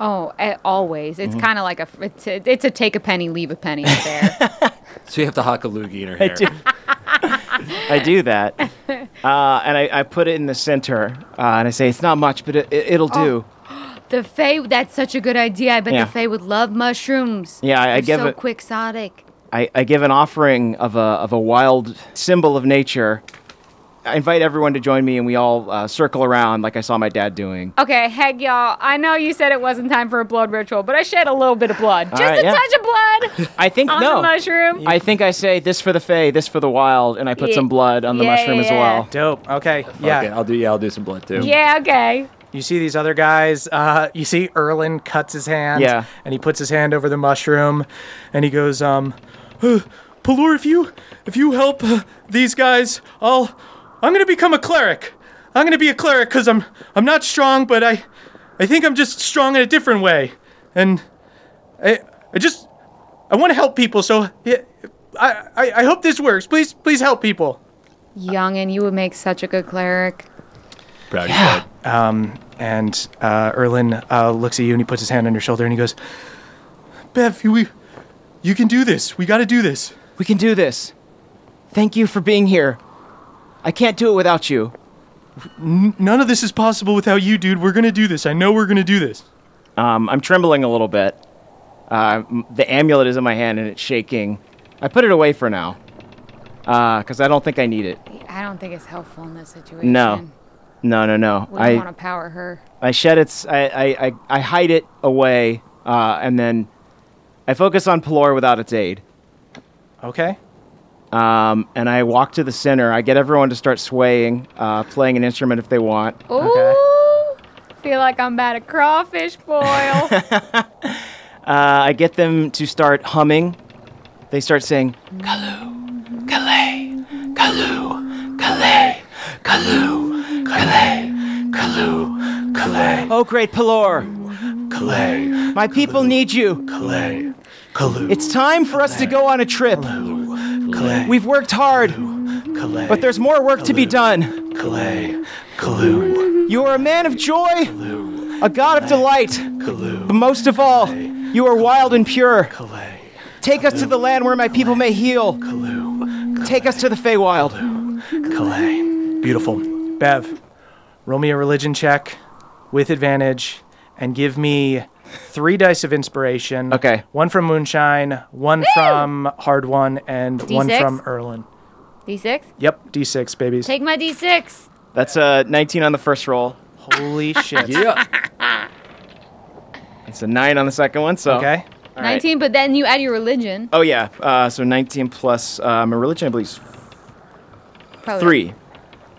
E: Oh, a- always. It's
F: Mm-hmm.
E: kind of like a it's, a it's a take a penny, leave a penny affair.
D: So you have to hock a loogie in her hair.
F: I do that, uh, and I, I put it in the center, uh, and I say it's not much, but it, it, it'll do.
E: Oh. the Fae, that's such a good idea. I bet
F: Yeah.
E: the Fae would love mushrooms.
F: Yeah, I- I
E: They're
F: give
E: so
F: it-
E: quixotic.
F: I, I give an offering of a, of a wild symbol of nature. I invite everyone to join me, and we all uh, circle around like I saw my dad doing.
E: Okay, heck, y'all. I know you said it wasn't time for a blood ritual, but I shed a little bit of blood. Just
F: right,
E: a
F: yeah.
E: touch of blood
F: I think
E: on
F: no.
E: the mushroom.
F: I think I say this for the Fae, this for the wild, and I put
E: Yeah.
F: some blood on the
E: Yeah,
F: mushroom as
E: yeah,
F: well.
C: Dope. Okay. Yeah.
D: Okay, I'll do. Yeah, I'll do some blood too.
E: yeah, okay.
C: You see these other guys. Uh, you see Erlin cuts his hand.
F: Yeah.
C: And he puts his hand over the mushroom, and he goes, um, uh, Palur, if you if you help uh, these guys, I'll I'm gonna become a cleric. I'm gonna be a cleric because I'm I'm not strong, but I I think I'm just strong in a different way, and I I just I want to help people. So yeah, I, I I hope this works. Please please help people.
E: Young and you would make such a good cleric.
D: Proud of you, bud.
C: And uh, Erlin uh, looks at you and he puts his hand on your shoulder and he goes, Bev, we, you can do this. We got to do this.
F: We can do this. Thank you for being here. I can't do it without you.
C: None of this is possible without you, dude. We're going to do this. I know we're going to do this.
F: Um, I'm trembling a little bit. Uh, m- the amulet is in my hand and it's shaking. I put it away for now because I don't think I need it.
E: I don't think it's helpful in this situation.
F: No, no, no, no.
E: We
F: I
E: want to power her.
F: I shed its. I I, I, I hide it away uh, and then I focus on Pelor without its aid.
C: Okay.
F: um, and I walk to the center. I get everyone to start swaying, uh, playing an instrument if they want.
E: Ooh, feel like I'm about a crawfish boil.
F: Uh, I get them to start humming. They start saying, Kalu, Kalay, Kalu, Kalay, Kalu, Kalay, Kalu, Kalay. Oh, great Pelor,
C: Kalay,
F: my people need you.
C: Kalay, Kalu,
F: It's time for us to go on a trip.
C: Kalay,
F: We've worked hard,
C: Kalay,
F: but there's more work to be done.
C: Kalay, Kalu,
F: You are a man of joy, a god of delight.
C: Kalu,
F: But most of all, you are wild and pure.
C: Kalay,
F: Take us to the land where my people may heal.
C: Kalu,
F: Take us to the Feywild.
C: Kalay. Beautiful. Bev, roll me a religion check with advantage and give me three dice of inspiration.
F: Okay.
C: One from Moonshine, one from Hard One, and one
E: D6?
C: from Erlin.
E: D6?
C: Yep, D6, babies.
E: Take my D6.
F: That's a 19 on the first roll.
C: Holy shit.
D: Yeah.
F: It's a 9 on the second one, so.
C: Okay.
F: All right.
E: 19, but then you add your religion.
F: Oh, yeah. Uh, so 19 plus uh, my religion, I believe, is
E: Probably.
F: 3.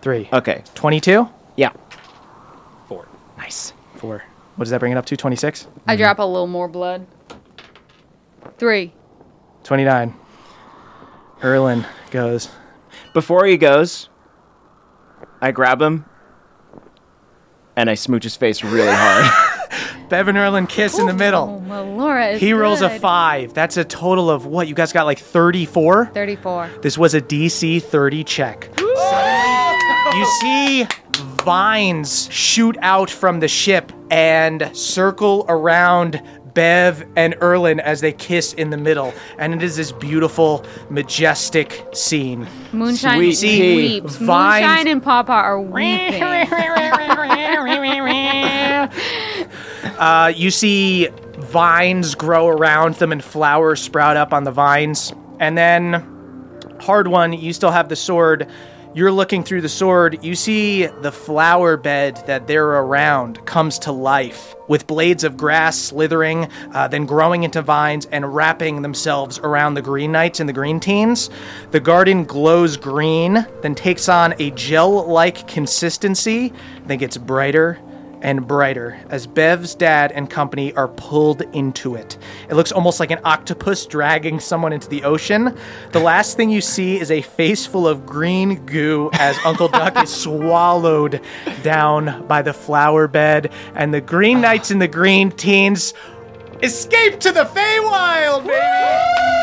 C: Three.
F: Okay.
C: 22?
F: Yeah.
D: Four.
F: Nice.
C: Four. What does that bring it up to? 26?
F: Mm-hmm.
E: I drop a little more blood. Three.
C: 29. Erlin goes,
F: Before he goes, I grab him and I smooch his face really hard.
C: Bev and Erlen kiss in the
E: Oh,
C: middle.
E: well, Laura is
C: He rolls a
E: good.
C: five. That's a total of what? You guys got like 34?
E: 34.
C: This was a DC 30 check. Suddenly, you see vines shoot out from the ship and circle around Bev and Erlin as they kiss in the middle. And it is this beautiful, majestic scene.
E: Moonshine
C: Sweet tea.
E: weeps.
C: Vines-
E: Moonshine and Papa are weeping.
C: Uh, you see vines grow around them and flowers sprout up on the vines. And then, hard one, you still have the sword. You're looking through the sword. You see the flower bed that they're around comes to life with blades of grass slithering, uh, then growing into vines and wrapping themselves around the green knights and the green teens. The garden glows green, then takes on a gel like consistency, then gets brighter and brighter as Bev's dad and company are pulled into it. It looks almost like an octopus dragging someone into the ocean. The last thing you see is a face full of green goo as Uncle Duck is swallowed down by the flower bed, and the Green Knights and the Green Teens escape to the Feywild, baby!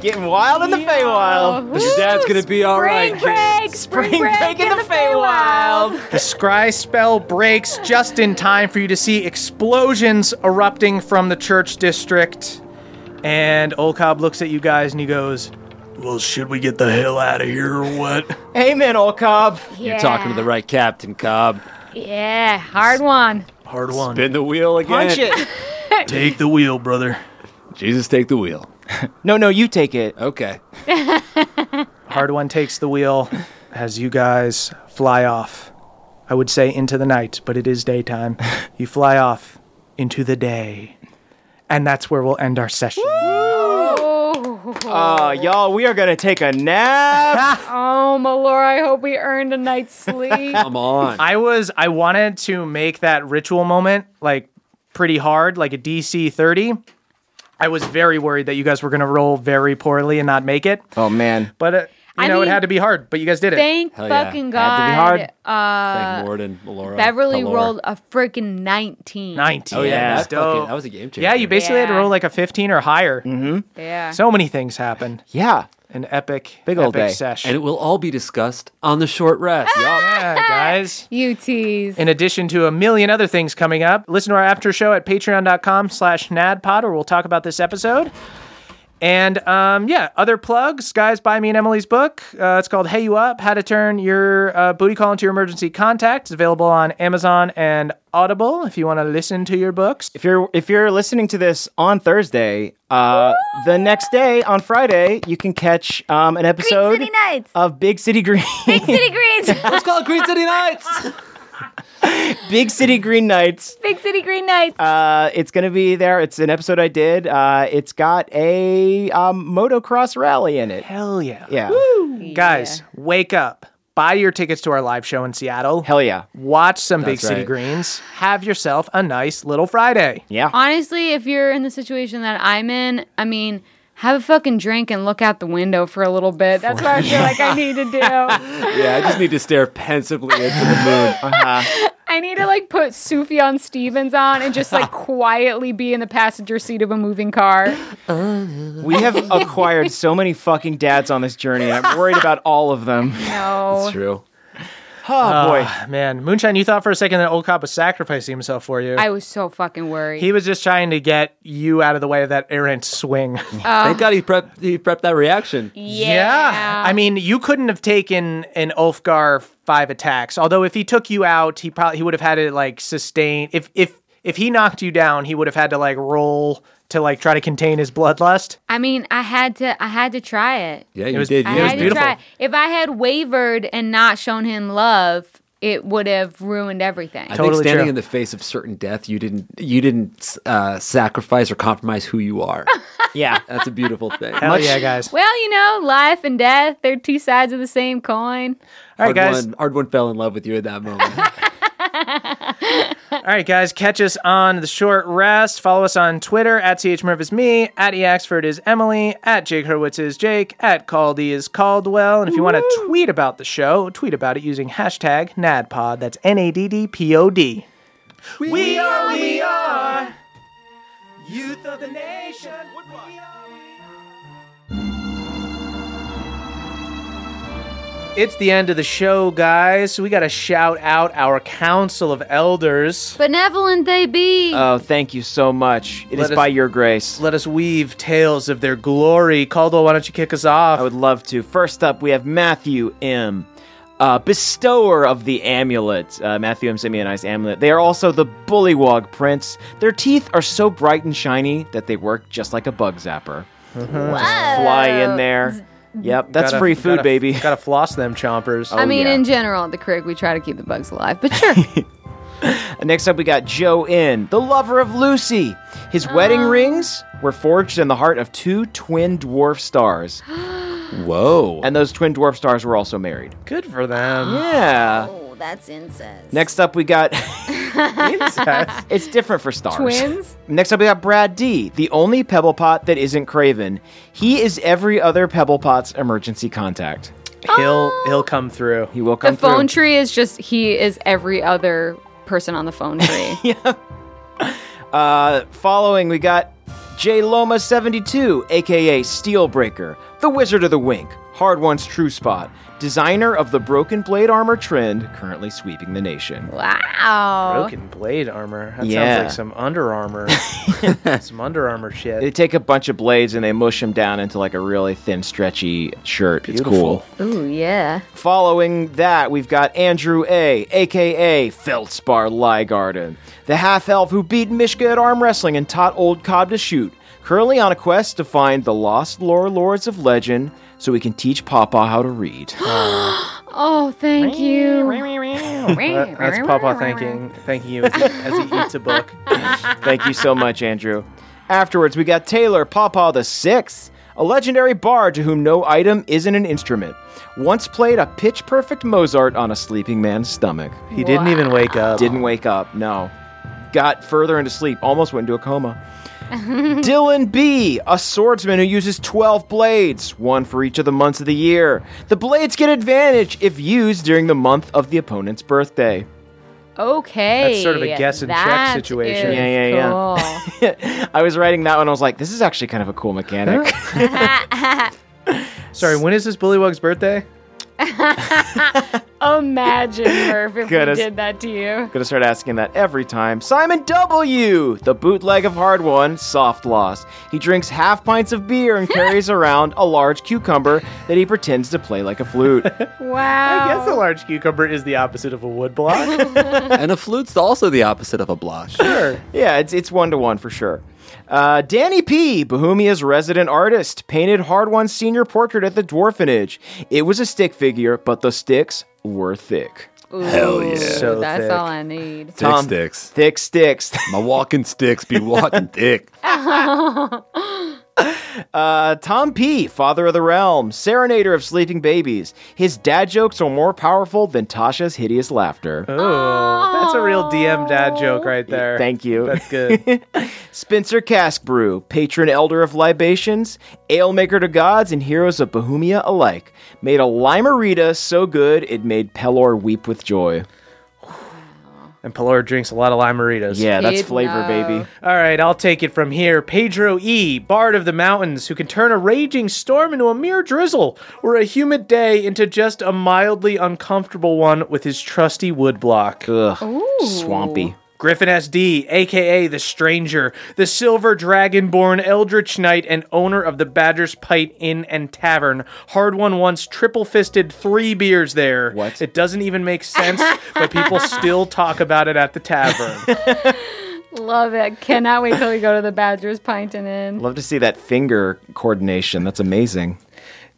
F: Getting wild in the Feywild.
D: But your dad's gonna be all right.
E: Spring break, spring break, in the Feywild.
C: The scry spell breaks just in time for you to see explosions erupting from the church district. And Olcob looks at you guys and he goes, Well, should we get the hell out of here or what?
F: Amen, old cob.
E: Yeah.
D: You're talking to the right captain, Cobb.
E: Yeah, hard one.
C: Hard one.
D: Spin the wheel again.
F: Punch it.
C: Take the wheel, brother.
D: Jesus, take the wheel.
F: No, no, you take it.
D: Okay.
C: Hard one takes the wheel as you guys fly off. I would say into the night, but it is daytime. You fly off into the day. And that's where we'll end our session.
F: Uh, y'all, we are gonna take a nap.
E: Oh, Malora, I hope we earned a night's sleep.
D: Come on.
C: I was I wanted to make that ritual moment like pretty hard, like a DC 30. I was very worried that you guys were going to roll very poorly and not make it.
F: oh man.
C: But uh, you
E: I
C: know it
E: mean,
C: had to be hard, but you guys did it.
E: Thank
D: Hell yeah.
E: fucking
D: Had to be
E: God.
D: hard.
E: Uh,
D: Thank Morden, Melora.
E: Beverly
D: Pelor.
E: rolled a freaking 19.
C: 19.
D: Oh, yeah.
C: That's
D: That, fucking,
C: dope.
D: that was Mm-hmm. a game changer.
C: yeah, you basically had to
E: Yeah.
C: roll like a 15 or higher.
E: Yeah.
C: So many things happened.
F: Yeah.
C: An epic,
F: Big old
C: epic
F: day.
C: session.
D: And it will all be discussed on the short rest.
E: Ah!
D: Yup.
C: yeah, guys.
E: you tease.
C: In addition to a million other things coming up, listen to our after show at patreon.com slash nadpod where we'll talk about this episode. And um, yeah, other plugs, guys, buy me and Emily's book. Uh, it's called Hey You Up, How to Turn Your uh, Booty Call into Your Emergency Contact. It's available on Amazon and Audible if you want to listen to your books.
F: If you're if you're listening to this on Thursday, uh, the next day on Friday, you can catch um, an episode
I: City Nights.
F: of Big City Green.
I: Big City Greens.
D: Let's call it Green City Nights.
F: Big City Green Nights.
I: Big City Green Nights.
F: Uh, it's gonna be there. It's an episode I did. Uh, it's got a um, motocross rally in it.
C: Hell yeah.
F: Yeah.
C: Guys, wake up. Buy your tickets to our live show in Seattle.
F: Hell yeah.
C: Watch some Big
D: That's
C: City
D: right.
C: Greens. Have yourself a nice little Friday.
F: Yeah.
E: Honestly, if you're in the situation that I'm in, I mean, have a fucking drink and look out the window for a little bit. That's what I feel like I need to do.
D: yeah, I just need to stare pensively into the moon.
E: I need to like put Sufjan Stevens on and just like quietly be in the passenger seat of a moving car.
F: We have acquired so many fucking dads on this journey. and I'm worried about all of them.
D: It's
E: No.
D: true.
F: Oh boy.
C: Man, Moonshine, you thought for a second that Old Cop was sacrificing himself for you.
E: I was so fucking worried.
C: he was just trying to get you out of the way of that errant swing.
E: Um,
D: Thank God he prepped, he prepped that reaction.
E: yeah.
C: I mean, you couldn't have taken an Ulfgar five attacks. Although if he took you out, he probably he would have had to like sustain if if if he knocked you down, he would have had to like roll to like try to contain his bloodlust.
E: I mean, I had to I had to try it.
D: Yeah, you
C: was-
D: did.
E: I
D: You
C: it was
E: had
C: beautiful.
E: to try. it. If I had wavered and not shown him love, it would have ruined everything.
D: I
C: Totally
D: think standing
C: true.
D: in the face of certain death, you didn't you didn't uh, sacrifice or compromise who you are.
F: Yeah.
D: That's a beautiful thing.
C: Hell yeah, guys.
E: Well, you know, life and death, they're two sides of the same coin.
C: All right,
D: hard
C: guys.
D: One, hard one fell in love with you at that moment.
C: All right, guys, catch us on the short rest. Follow us on Twitter at chmerv is me, at eaxford is Emily, at Jake Hurwitz is Jake, at Caldy is Caldwell. And if you want to tweet about the show, tweet about it using hashtag NADPOD. That's N A D D P O D. We, are, we are. Youth of the nation. We are, we are. It's the end of the show, guys. So we got to shout out our Council of Elders.
E: Benevolent they be.
A: Oh, thank you so much. It is
C: Let us-
A: by your grace.
C: Let us weave tales of their glory. Caldwell, why don't you kick us off?
A: I would love to. First up, we have Matthew M., uh, bestower of the amulet. Uh, Matthew M. Simeonized amulet. They are also the bullywog prince. Their teeth are so bright and shiny that they work just like a bug zapper.
E: Mm-hmm.
A: Fly in there. Yep, that's
C: Gotta-
A: free food,
C: gotta-
A: baby.
C: Gotta floss them chompers.
E: I mean,
A: yeah.
E: in general, at the Crick, we try to keep the bugs alive, but sure.
A: Next up, we got Joe N, the lover of Lucy. His wedding
D: Oh.
A: rings were forged in the heart of two twin dwarf stars,
D: Whoa.
A: and those twin dwarf stars were also married.
C: Good for them.
A: Yeah.
F: Oh, that's incest.
A: Next up, we got. it's different for stars.
E: Twins?
A: Next up, we got Brad D, the only Pebble Pot that isn't Craven. He is every other Pebble Pot's emergency contact.
C: He'll he'll come through.
A: He will come
E: the phone
A: through.
E: tree is just he is every other person on the phone tree.
A: Uh, following, we got J Loma 72, aka Steelbreaker, the Wizard of the Wink, Hard One's True Spot, designer of the broken blade armor trend, currently sweeping the nation.
E: Wow.
C: Broken blade armor. That
A: Yeah.
C: sounds like some Under Armour. some Under Armour shit.
A: They take a bunch of blades and they mush them down into like a really thin, stretchy shirt. It's cool.
D: Beautiful.
E: Ooh, yeah.
A: Following that, we've got Andrew A, aka Feldspar Liegarden, the half elf who beat Mishka at arm wrestling and taught old Cobb to shoot, currently on a quest to find the lost lore lords of legend so he can teach Papa how to read.
E: Oh, thank you.
C: Uh, That's Papa thanking thanking you as he, as he eats a book.
A: Thank you so much, Andrew. Afterwards, we got Taylor Pawpaw the Sixth, a legendary bard to whom no item isn't an instrument. Once played a pitch perfect Mozart on a sleeping man's stomach.
C: He didn't even wake up.
A: Didn't wake up, no. Got further into sleep, almost went into a coma. Dylan B, a swordsman who uses 12 blades, one for each of the months of the year. The blades get advantage if used during the month of the opponent's birthday.
E: Okay.
C: That's sort of a guess and check
E: that
C: situation.
E: is
A: Yeah, yeah, yeah.
E: cool.
A: I was writing that one, I was like, this is actually kind of a cool mechanic.
C: Sorry, when is this Bullywug's birthday?
E: Imagine, Murph, if
A: Goodness.
E: we did that to you.
A: Gonna start asking that every time. Simon W, the bootleg of hard won, soft loss. He drinks half pints of beer and carries around a large cucumber that he pretends to play like a flute.
E: Wow.
C: I guess a large cucumber is the opposite of a wood block.
D: and a flute's also the opposite of a block.
C: sure.
A: yeah, it's it's one to one for sure. Uh, Danny P, Bohemia's resident artist, painted hard won's senior portrait at the Dwarfenage. It was a stick figure, but the sticks were thick.
D: Hell yeah.
C: So
E: That's
C: thick.
E: all I need.
D: Thick
A: Um,
D: sticks.
A: Thick sticks.
D: My walking sticks be walking thick.
A: Uh, Tom P., Father of the Realm, Serenader of Sleeping Babies. His dad jokes are more powerful than Tasha's hideous laughter.
C: Oh, that's a real DM dad joke right there.
A: Thank you.
C: That's good.
A: Spencer Cask Brew, patron elder of libations, ale maker to gods and heroes of Bohemia alike, made a limerita so good it made Pelor weep with joy.
C: and Pelora drinks a lot of limeritas.
A: Yeah, that's
E: Did
A: flavor,
E: know.
A: baby.
C: All right, I'll take it from here. Pedro E., Bard of the Mountains, who can turn a raging storm into a mere drizzle or a humid day into just a mildly uncomfortable one with his trusty wood block.
A: Ugh, swampy.
C: Griffin SD, aka the Stranger, the Silver Dragonborn Eldritch Knight and owner of the Badger's Pipe Inn and Tavern. Hard one once triple fisted three beers there.
A: What?
C: It doesn't even make sense, but people still talk about it at the tavern.
E: Love it. Cannot wait till we go to the Badgers Pinting Inn.
A: Love to see that finger coordination. That's amazing.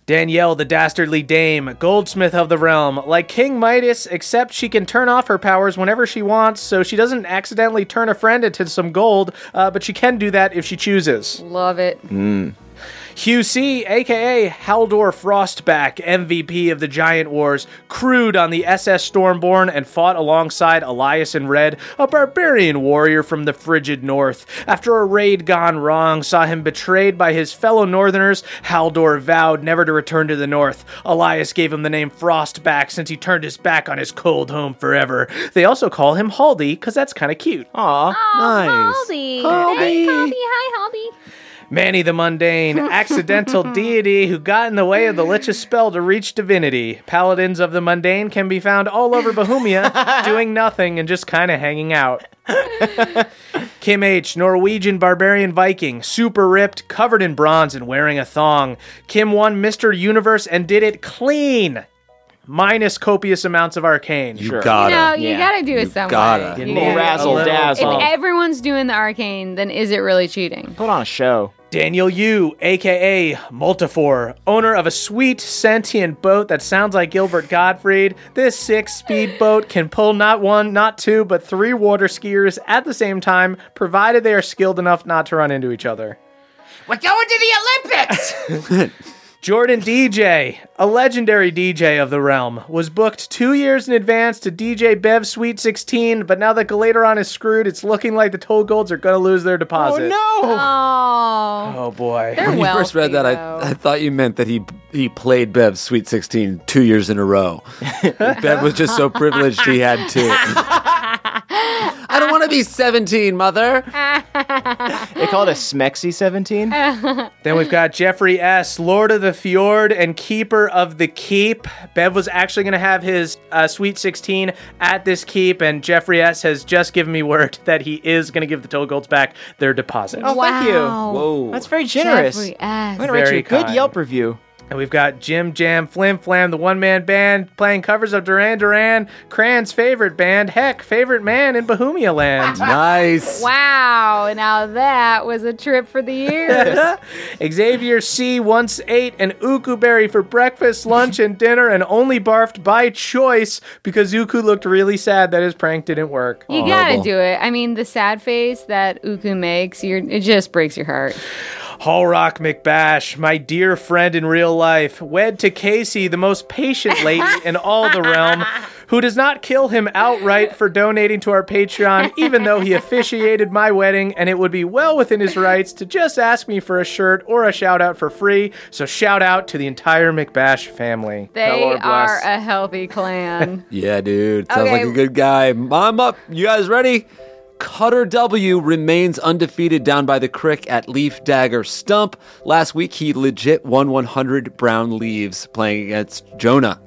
C: Danielle, the dastardly dame, goldsmith of the realm, like King Midas, except she can turn off her powers whenever she wants, so she doesn't accidentally turn a friend into some gold, uh, but she can do that if she chooses.
E: Love it.
C: QC, aka Haldor Frostback, MVP of the Giant Wars, crewed on the SS Stormborn and fought alongside Elias in Red, a barbarian warrior from the frigid north. After a raid gone wrong saw him betrayed by his fellow northerners, Haldor vowed never to return to the north. Elias gave him the name Frostback since he turned his back on his cold home forever. They also call him Haldy because that's kind of cute.
F: Aw,
I: Oh,
F: nice.
I: Haldy.
C: Haldy.
I: Thanks, Haldy. Hi, Haldy.
C: Manny the mundane, accidental deity who got in the way of the Lich's spell to reach divinity. Paladins of the mundane can be found all over Bohemia, doing nothing and just kind of hanging out. Kim H, Norwegian barbarian Viking, super ripped, covered in bronze and wearing a thong. Kim won Mr. Universe and did it clean, minus copious amounts of arcane.
D: You gotta.
E: no, you gotta do it
D: You
E: some
D: gotta.
E: way.
D: You
E: You
F: Little
E: gotta-
F: razzle
C: little-
E: If
F: dazzle.
E: everyone's doing the arcane, then is it really cheating?
F: Put on a show.
C: Daniel Yu, aka Multifor, owner of a sweet sentient boat that sounds like Gilbert Gottfried. This six speed boat can pull not one, not two, but three water skiers at the same time, provided they are skilled enough not to run into each other.
J: We're going to the Olympics!
C: Jordan DJ, a legendary DJ of the realm, was booked two years in advance to DJ Bev's Sweet 16, but now that Galateron is screwed, it's looking like the Toll Golds are going to lose their deposit.
F: no!
E: Oh,
C: Oh boy.
E: they're
D: When you
E: well.
D: first read that, I, I thought you meant that he he played Bev's Sweet 16 two years in a row. Bev was just so privileged he had two. I don't want to be 17, mother.
F: They call it a Smexy 17?
C: Uh, Then we've got Jeffrey S., Lord of the Fjord and Keeper of the Keep. Bev was actually going to have his uh, Sweet 16 at this keep, and Jeffrey S. has just given me word that he is going to give the Toll Golds back their deposit.
F: Oh, thank you.
G: Wow.
D: Whoa.
F: That's very generous.
G: Jeffrey
F: I'm
G: S.
F: going to write you a
C: Very
F: good
C: kind.
F: Yelp review.
C: And we've got Jim Jam Flim Flam, the one man band, playing covers of Duran Duran, Cran's favorite band, heck, favorite man in Bohemia Land.
D: nice.
E: wow, now that was a trip for the years.
C: Xavier C once ate an uku berry for breakfast, lunch, and dinner, and only barfed by choice because Uku looked really sad that his prank didn't work.
E: You gotta do it. I mean, the sad face that Uku makes, you're, it just breaks your heart.
C: Hallrock McBash, my dear friend in real life, wed to Casey, the most patient lady in all the realm, who does not kill him outright for donating to our Patreon, even though he officiated my wedding, and it would be well within his rights to just ask me for a shirt or a shout out for free. So, shout out to the entire McBash family.
E: They
C: Lord
E: are
C: bless.
E: a healthy clan.
D: Yeah, dude. Sounds like
E: Okay.
D: a good guy. Mom up. You guys ready? Cutter W remains undefeated down by the crick at Leaf Dagger Stump. Last week, he legit won 100 Brown Leaves playing against Jonah.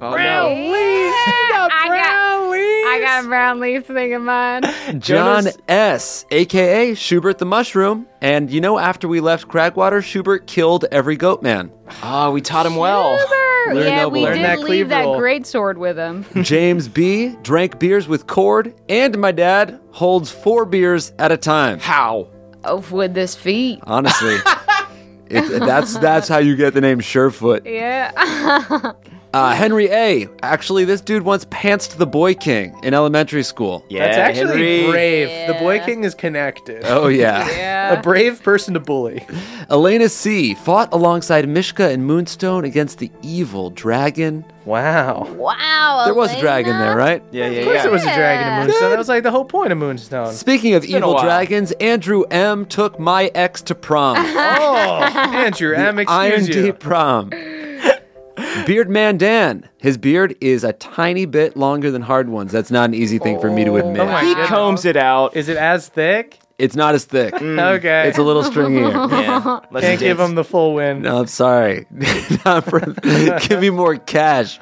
E: I got, I got a brown leaf thing in mind.
D: John
C: Jonas-
D: S., aka Schubert the Mushroom. And you know, after we left Cragwater, Schubert killed every goat man.
F: Ah, we taught him well.
E: Sure.
D: Learn
E: Yeah,
D: that
E: we
D: learn
E: did
C: that
E: leave that
C: cleaver.
E: great sword with him.
D: James B. drank beers with cord, and my dad holds four beers at a time.
F: How?
E: oh, with this feet.
D: Honestly, it, that's that's how you get the name Surefoot.
E: Yeah.
D: Uh, Henry A. Actually, this dude once pantsed the boy king in elementary school.
F: Yeah,
C: That's actually
F: Henry.
C: brave. The Boy King is connected.
D: Oh yeah.
C: A brave person to bully.
D: Elena C. fought alongside Mishka and Moonstone against the evil dragon.
C: Wow.
I: Wow.
D: There was a dragon there, right?
F: Yeah, yeah,
C: Of course,
F: yeah.
C: it was a dragon in Moonstone. That was like the whole point of Moonstone.
D: Speaking of
F: a
D: evil
F: while.
D: dragons, Andrew M. took my ex to prom.
C: Oh, Andrew, M,
D: Iron
C: excuse you.
D: Deep prom. Beard Man Dan. His beard is a tiny bit longer than hard ones. That's not an easy thing for me to admit.
C: Oh. my
F: He
C: goodness.
F: combs it out.
C: Is it as thick?
D: It's not as thick.
C: okay.
D: It's a little stringier.
F: Yeah.
C: Can't give him the full win.
D: No, I'm sorry. Not for- give me more cash.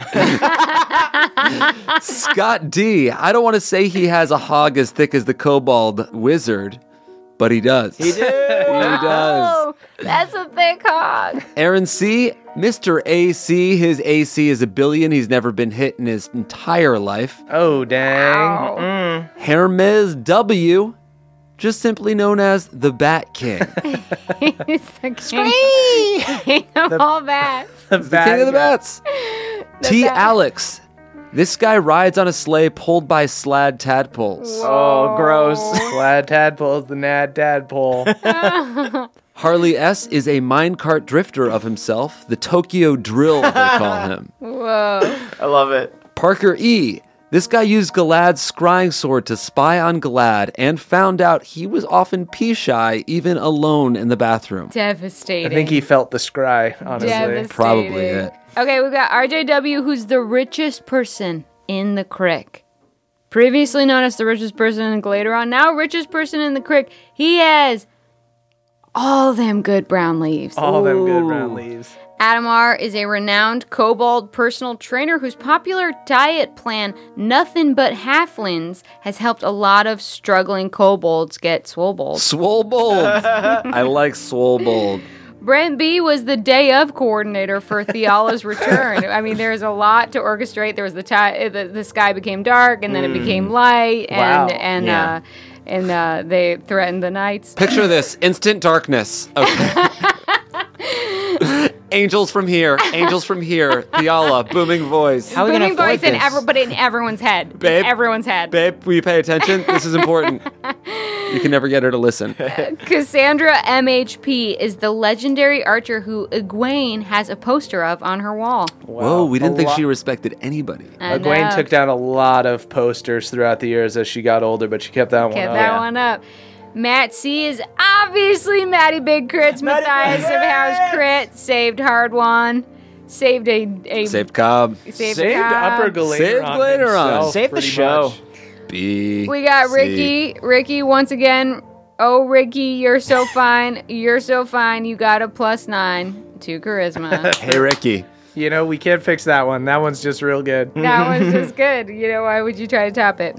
D: Scott D. I don't want to say he has a hog as thick as the kobold wizard, but he does. He does.
I: Oh, that's a thick hog.
D: Aaron C. Mr. AC. His AC is a billion. He's never been hit in his entire life.
C: Oh, dang.
D: Hermes W. Just simply known as the Bat King.
E: He's the king, king of all bats.
C: The
D: The
C: bat-
D: King of the Bats. T.
E: bat.
D: Alex. This guy rides on a sleigh pulled by slad tadpoles.
F: Oh, gross.
C: Glad tadpole's the nad tadpole.
D: Harley S is a minecart drifter of himself, the Tokyo Drill, they call him.
E: Whoa.
C: I love it.
D: Parker E. This guy used Galad's scrying sword to spy on Galad and found out he was often pee shy, even alone in the bathroom.
E: Devastating.
C: felt the scry,
E: Devastating.
D: Probably it.
E: Okay, we've got RJW, who's the richest person in the crick. Previously known as the richest person in Gladeron, now richest person in the crick. He has all them good brown leaves.
C: All them good brown leaves.
E: Adamar is a renowned kobold personal trainer whose popular diet plan, Nothing But Halflings, has helped a lot of struggling kobolds get swobold.
D: Swole bold. I like swole bold.
E: Brent B was the day of coordinator for Theala's return. I mean, there's a lot to orchestrate. There was the ti the, the sky became dark, and then it became light, and
C: Mm. Wow.
E: and
D: Yeah.
E: uh, and uh, they threatened the knights.
D: Picture this instant darkness. Okay. angels from here, angels from here. Theala, booming voice.
C: How are we gonna
E: Booming voice
C: avoid
E: in
C: this?
E: every, but in everyone's head, In
D: Babe.
E: everyone's head.
D: Babe, will you pay attention? This is important. you can never get her to listen.
E: Cassandra MHP is the legendary archer who Egwene has a poster of on her wall. uh,
D: Whoa, we didn't
C: A
D: think
C: lot-
D: she respected anybody.
E: I
C: Egwene
E: know.
C: took down a lot of posters throughout the years as she got older, but she kept that one
E: Get
C: up.
E: that one up. Matt C is obviously Matty Big Crits. Matthias of House Crit saved Hard One. Saved a, a
D: Saved Cobb.
E: saved
C: Saved
E: Cobb.
C: Upper Galateron.
D: Saved Galateron.
C: himself,
F: Save the
C: pretty
F: show.
C: much.
D: B.
E: We got
D: C.
E: Ricky. Ricky once again. Oh Ricky, you're so fine. You're so fine. You got a plus nine to charisma.
D: Hey, Ricky.
C: You know, we can't fix that one. That one's just real good.
F: Mm,
E: that
C: Mm-hmm.
E: was just good. You know, why would you try to top it?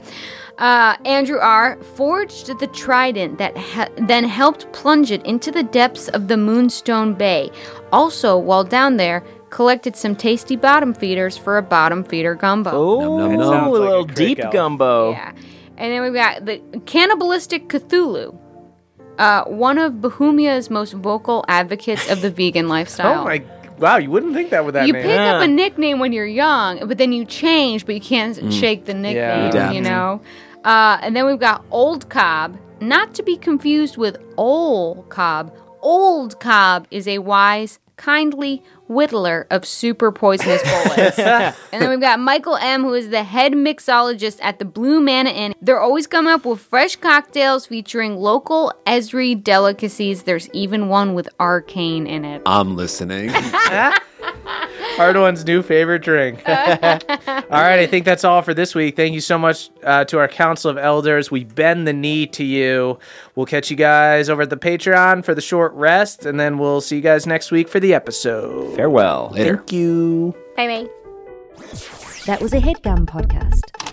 E: Uh, Andrew R. forged the trident that ha- then helped plunge it into the depths of the Moonstone Bay. Also, while down there, collected some tasty bottom feeders for a bottom feeder gumbo.
F: Oh,
D: Nom, nom,
C: nom.
F: a
C: Sounds like a
F: little
C: crick
F: deep
C: elf.
F: gumbo.
E: Yeah. And then we've got the cannibalistic Cthulhu, uh, one of Bohemia's most vocal advocates of the vegan lifestyle.
C: Oh my! Wow, you wouldn't think that with that
E: you
C: name.
E: pick up a nickname when you're young, but then you change, but you can't shake the nickname,
D: Adapt.
E: you know? Uh, and then we've got Old Cobb, not to be confused with Old Cobb. Old Cobb is a wise, kindly whittler of super poisonous bullets. and then we've got Michael M., who is the head mixologist at the Blue Manna Inn. They're always coming up with fresh cocktails featuring local Esri delicacies. There's even one with arcane in it.
D: I'm listening.
C: Hard One's new favorite drink. all right, I think that's all for this week. Thank you so much uh, to our Council of Elders. We bend the knee to you. We'll catch you guys over at the Patreon for the short rest, and then we'll see you guys next week for the episode.
F: Farewell.
D: Later.
K: That was a headgum podcast.